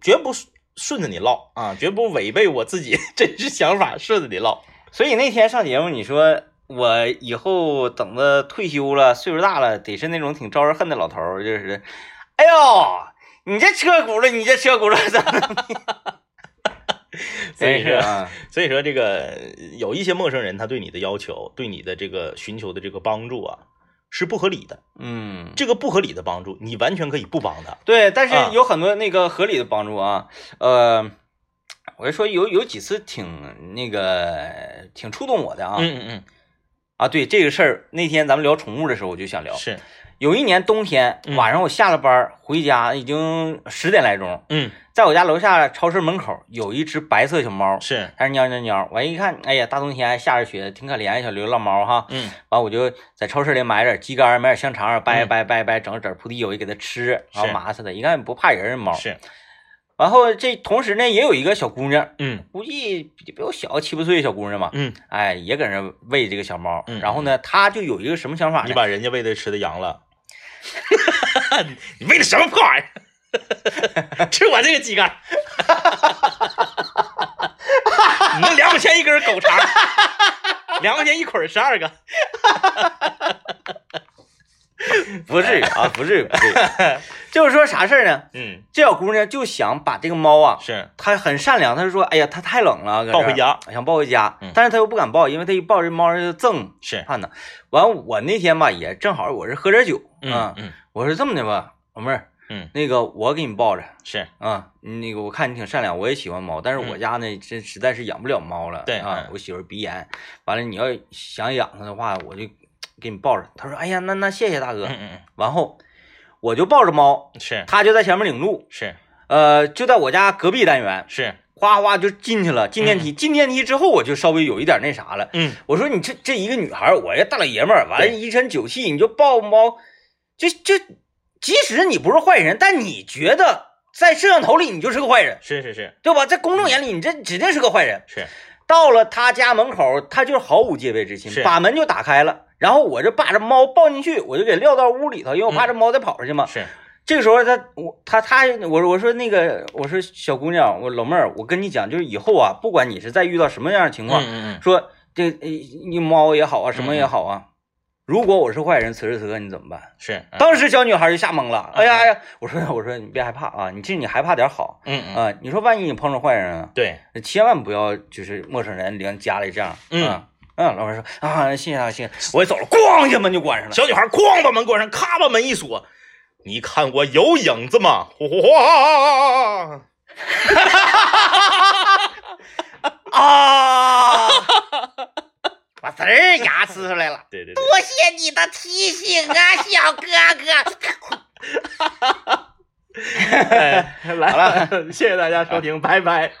[SPEAKER 1] 绝不顺顺着你唠啊，绝不违背我自己 真实想法，顺着你唠。
[SPEAKER 2] 所以那天上节目，你说我以后等着退休了，岁数大了，得是那种挺招人恨的老头儿，就是，哎呦，你这车轱辘，你这车轱辘，怎么？
[SPEAKER 1] 所以
[SPEAKER 2] 真是
[SPEAKER 1] 说，
[SPEAKER 2] 啊，
[SPEAKER 1] 所以说这个有一些陌生人，他对你的要求，对你的这个寻求的这个帮助啊，是不合理的。
[SPEAKER 2] 嗯，
[SPEAKER 1] 这个不合理的帮助，你完全可以不帮他。
[SPEAKER 2] 对，但
[SPEAKER 1] 啊
[SPEAKER 2] 是有很多那个合理的帮助啊，呃，我就说有有几次挺那个挺触动我的啊、
[SPEAKER 1] 嗯
[SPEAKER 2] 啊，对这个事儿，那天咱们聊宠物的时候，我就想聊。
[SPEAKER 1] 是，
[SPEAKER 2] 有一年冬天
[SPEAKER 1] 嗯
[SPEAKER 2] 晚上，我下了班儿回家已经十点来钟，
[SPEAKER 1] 嗯
[SPEAKER 2] 在我家楼下超市门口有一只白色小猫，
[SPEAKER 1] 是，
[SPEAKER 2] 它喵喵喵。完一看，哎呀，大冬天下着雪，挺可怜，小流浪猫哈。
[SPEAKER 1] 嗯
[SPEAKER 2] 完我就在超市里买点鸡肝，买点香肠，掰
[SPEAKER 1] 嗯
[SPEAKER 2] 掰掰掰，整整铺地我就给它吃，然后
[SPEAKER 1] 是
[SPEAKER 2] 麻死它。一看不怕人，猫
[SPEAKER 1] 是，
[SPEAKER 2] 然后这同时呢，也有一个小姑娘，
[SPEAKER 1] 嗯
[SPEAKER 2] 估计比比我小七八岁的小姑娘嘛，
[SPEAKER 1] 嗯，
[SPEAKER 2] 哎，也搁那喂这个小猫。
[SPEAKER 1] 嗯
[SPEAKER 2] 然后呢，她就有一个什么想法
[SPEAKER 1] 你
[SPEAKER 2] 呢？
[SPEAKER 1] 把人家喂的吃的羊了， 你喂的什么破玩意儿？ 吃我这个鸡肝，你那两毛钱一根狗肠，两毛钱一捆儿十二个，
[SPEAKER 2] 不至于
[SPEAKER 1] 哎
[SPEAKER 2] 啊，不至于，不至于。 就是说啥事儿呢？
[SPEAKER 1] 嗯，
[SPEAKER 2] 这小姑娘就想把这个猫啊，
[SPEAKER 1] 是
[SPEAKER 2] 她很善良，她就说：“哎呀，它太冷了，搁这
[SPEAKER 1] 抱
[SPEAKER 2] 儿
[SPEAKER 1] 回，家，
[SPEAKER 2] 想抱回家。
[SPEAKER 1] 嗯
[SPEAKER 2] 但是她又不敢抱，因为她一抱这猫就赠
[SPEAKER 1] 是，
[SPEAKER 2] 看呢。完，我那天吧也正好我是喝点酒
[SPEAKER 1] 嗯
[SPEAKER 2] 啊，
[SPEAKER 1] 嗯
[SPEAKER 2] 我说这么的吧，老妹儿，
[SPEAKER 1] 嗯，
[SPEAKER 2] 那个我给你抱着。
[SPEAKER 1] 是，
[SPEAKER 2] 啊，那个我看你挺善良，我也喜欢猫，但是我
[SPEAKER 1] 嗯
[SPEAKER 2] 家呢，这实在是养不了猫了。
[SPEAKER 1] 对
[SPEAKER 2] 啊
[SPEAKER 1] 嗯，
[SPEAKER 2] 我媳妇儿鼻炎，完了你要想养它的话，我就给你抱着。她说：“哎呀，那那谢谢大哥。
[SPEAKER 1] 嗯嗯
[SPEAKER 2] 完后我就抱着猫，
[SPEAKER 1] 嗯，是
[SPEAKER 2] 它就在前面领路，
[SPEAKER 1] 是
[SPEAKER 2] 呃，就在我家隔壁单元，
[SPEAKER 1] 是，
[SPEAKER 2] 哗哗就进去了，进电梯。进电梯之后，我就稍微有一点那啥了。
[SPEAKER 1] 嗯
[SPEAKER 2] 我说你这这一个女孩儿，我这大老爷们儿，完了
[SPEAKER 1] 对
[SPEAKER 2] 一身酒气，你就抱猫，就就即使你不是坏人，但你觉得在摄像头里你就是个坏人，
[SPEAKER 1] 是是是
[SPEAKER 2] 对吧？在公众眼里，你这指定是个坏人。
[SPEAKER 1] 是，
[SPEAKER 2] 到了他家门口，他就是毫无戒备之心，
[SPEAKER 1] 是
[SPEAKER 2] 把门就打开了。然后我就把这猫抱进去，我就给撂到屋里头，因为我
[SPEAKER 1] 嗯
[SPEAKER 2] 怕这猫再跑出去嘛。
[SPEAKER 1] 是，
[SPEAKER 2] 这个时候他我他他我说我说那个我说小姑娘，我老妹儿，我跟你讲，就是以后啊，不管你是在遇到什么样的情
[SPEAKER 1] 嗯
[SPEAKER 2] 况，
[SPEAKER 1] 嗯
[SPEAKER 2] 说这呃你猫也好啊，什么也好啊，如果我是坏人，此时此刻你怎么办？
[SPEAKER 1] 是，嗯
[SPEAKER 2] 当时小女孩就吓懵了，哎呀哎呀，我说我说你别害怕啊，你这你害怕点好
[SPEAKER 1] 嗯嗯，
[SPEAKER 2] 啊，你说万一你碰上坏人啊，
[SPEAKER 1] 对，
[SPEAKER 2] 千万不要就是陌生人领家里这样，
[SPEAKER 1] 嗯
[SPEAKER 2] 啊嗯，老板说啊，谢谢啊，谢谢，我走了，咣一下门就关 上了，
[SPEAKER 1] 小女孩哐把门关上，咔把门一锁。你看我有影子吗？哗！
[SPEAKER 2] 啊，把滋儿牙呲出来了。
[SPEAKER 1] 对对对，
[SPEAKER 2] 多谢你的提醒啊，小哥哥。
[SPEAKER 1] 哎，来了，谢谢大家收听，拜拜。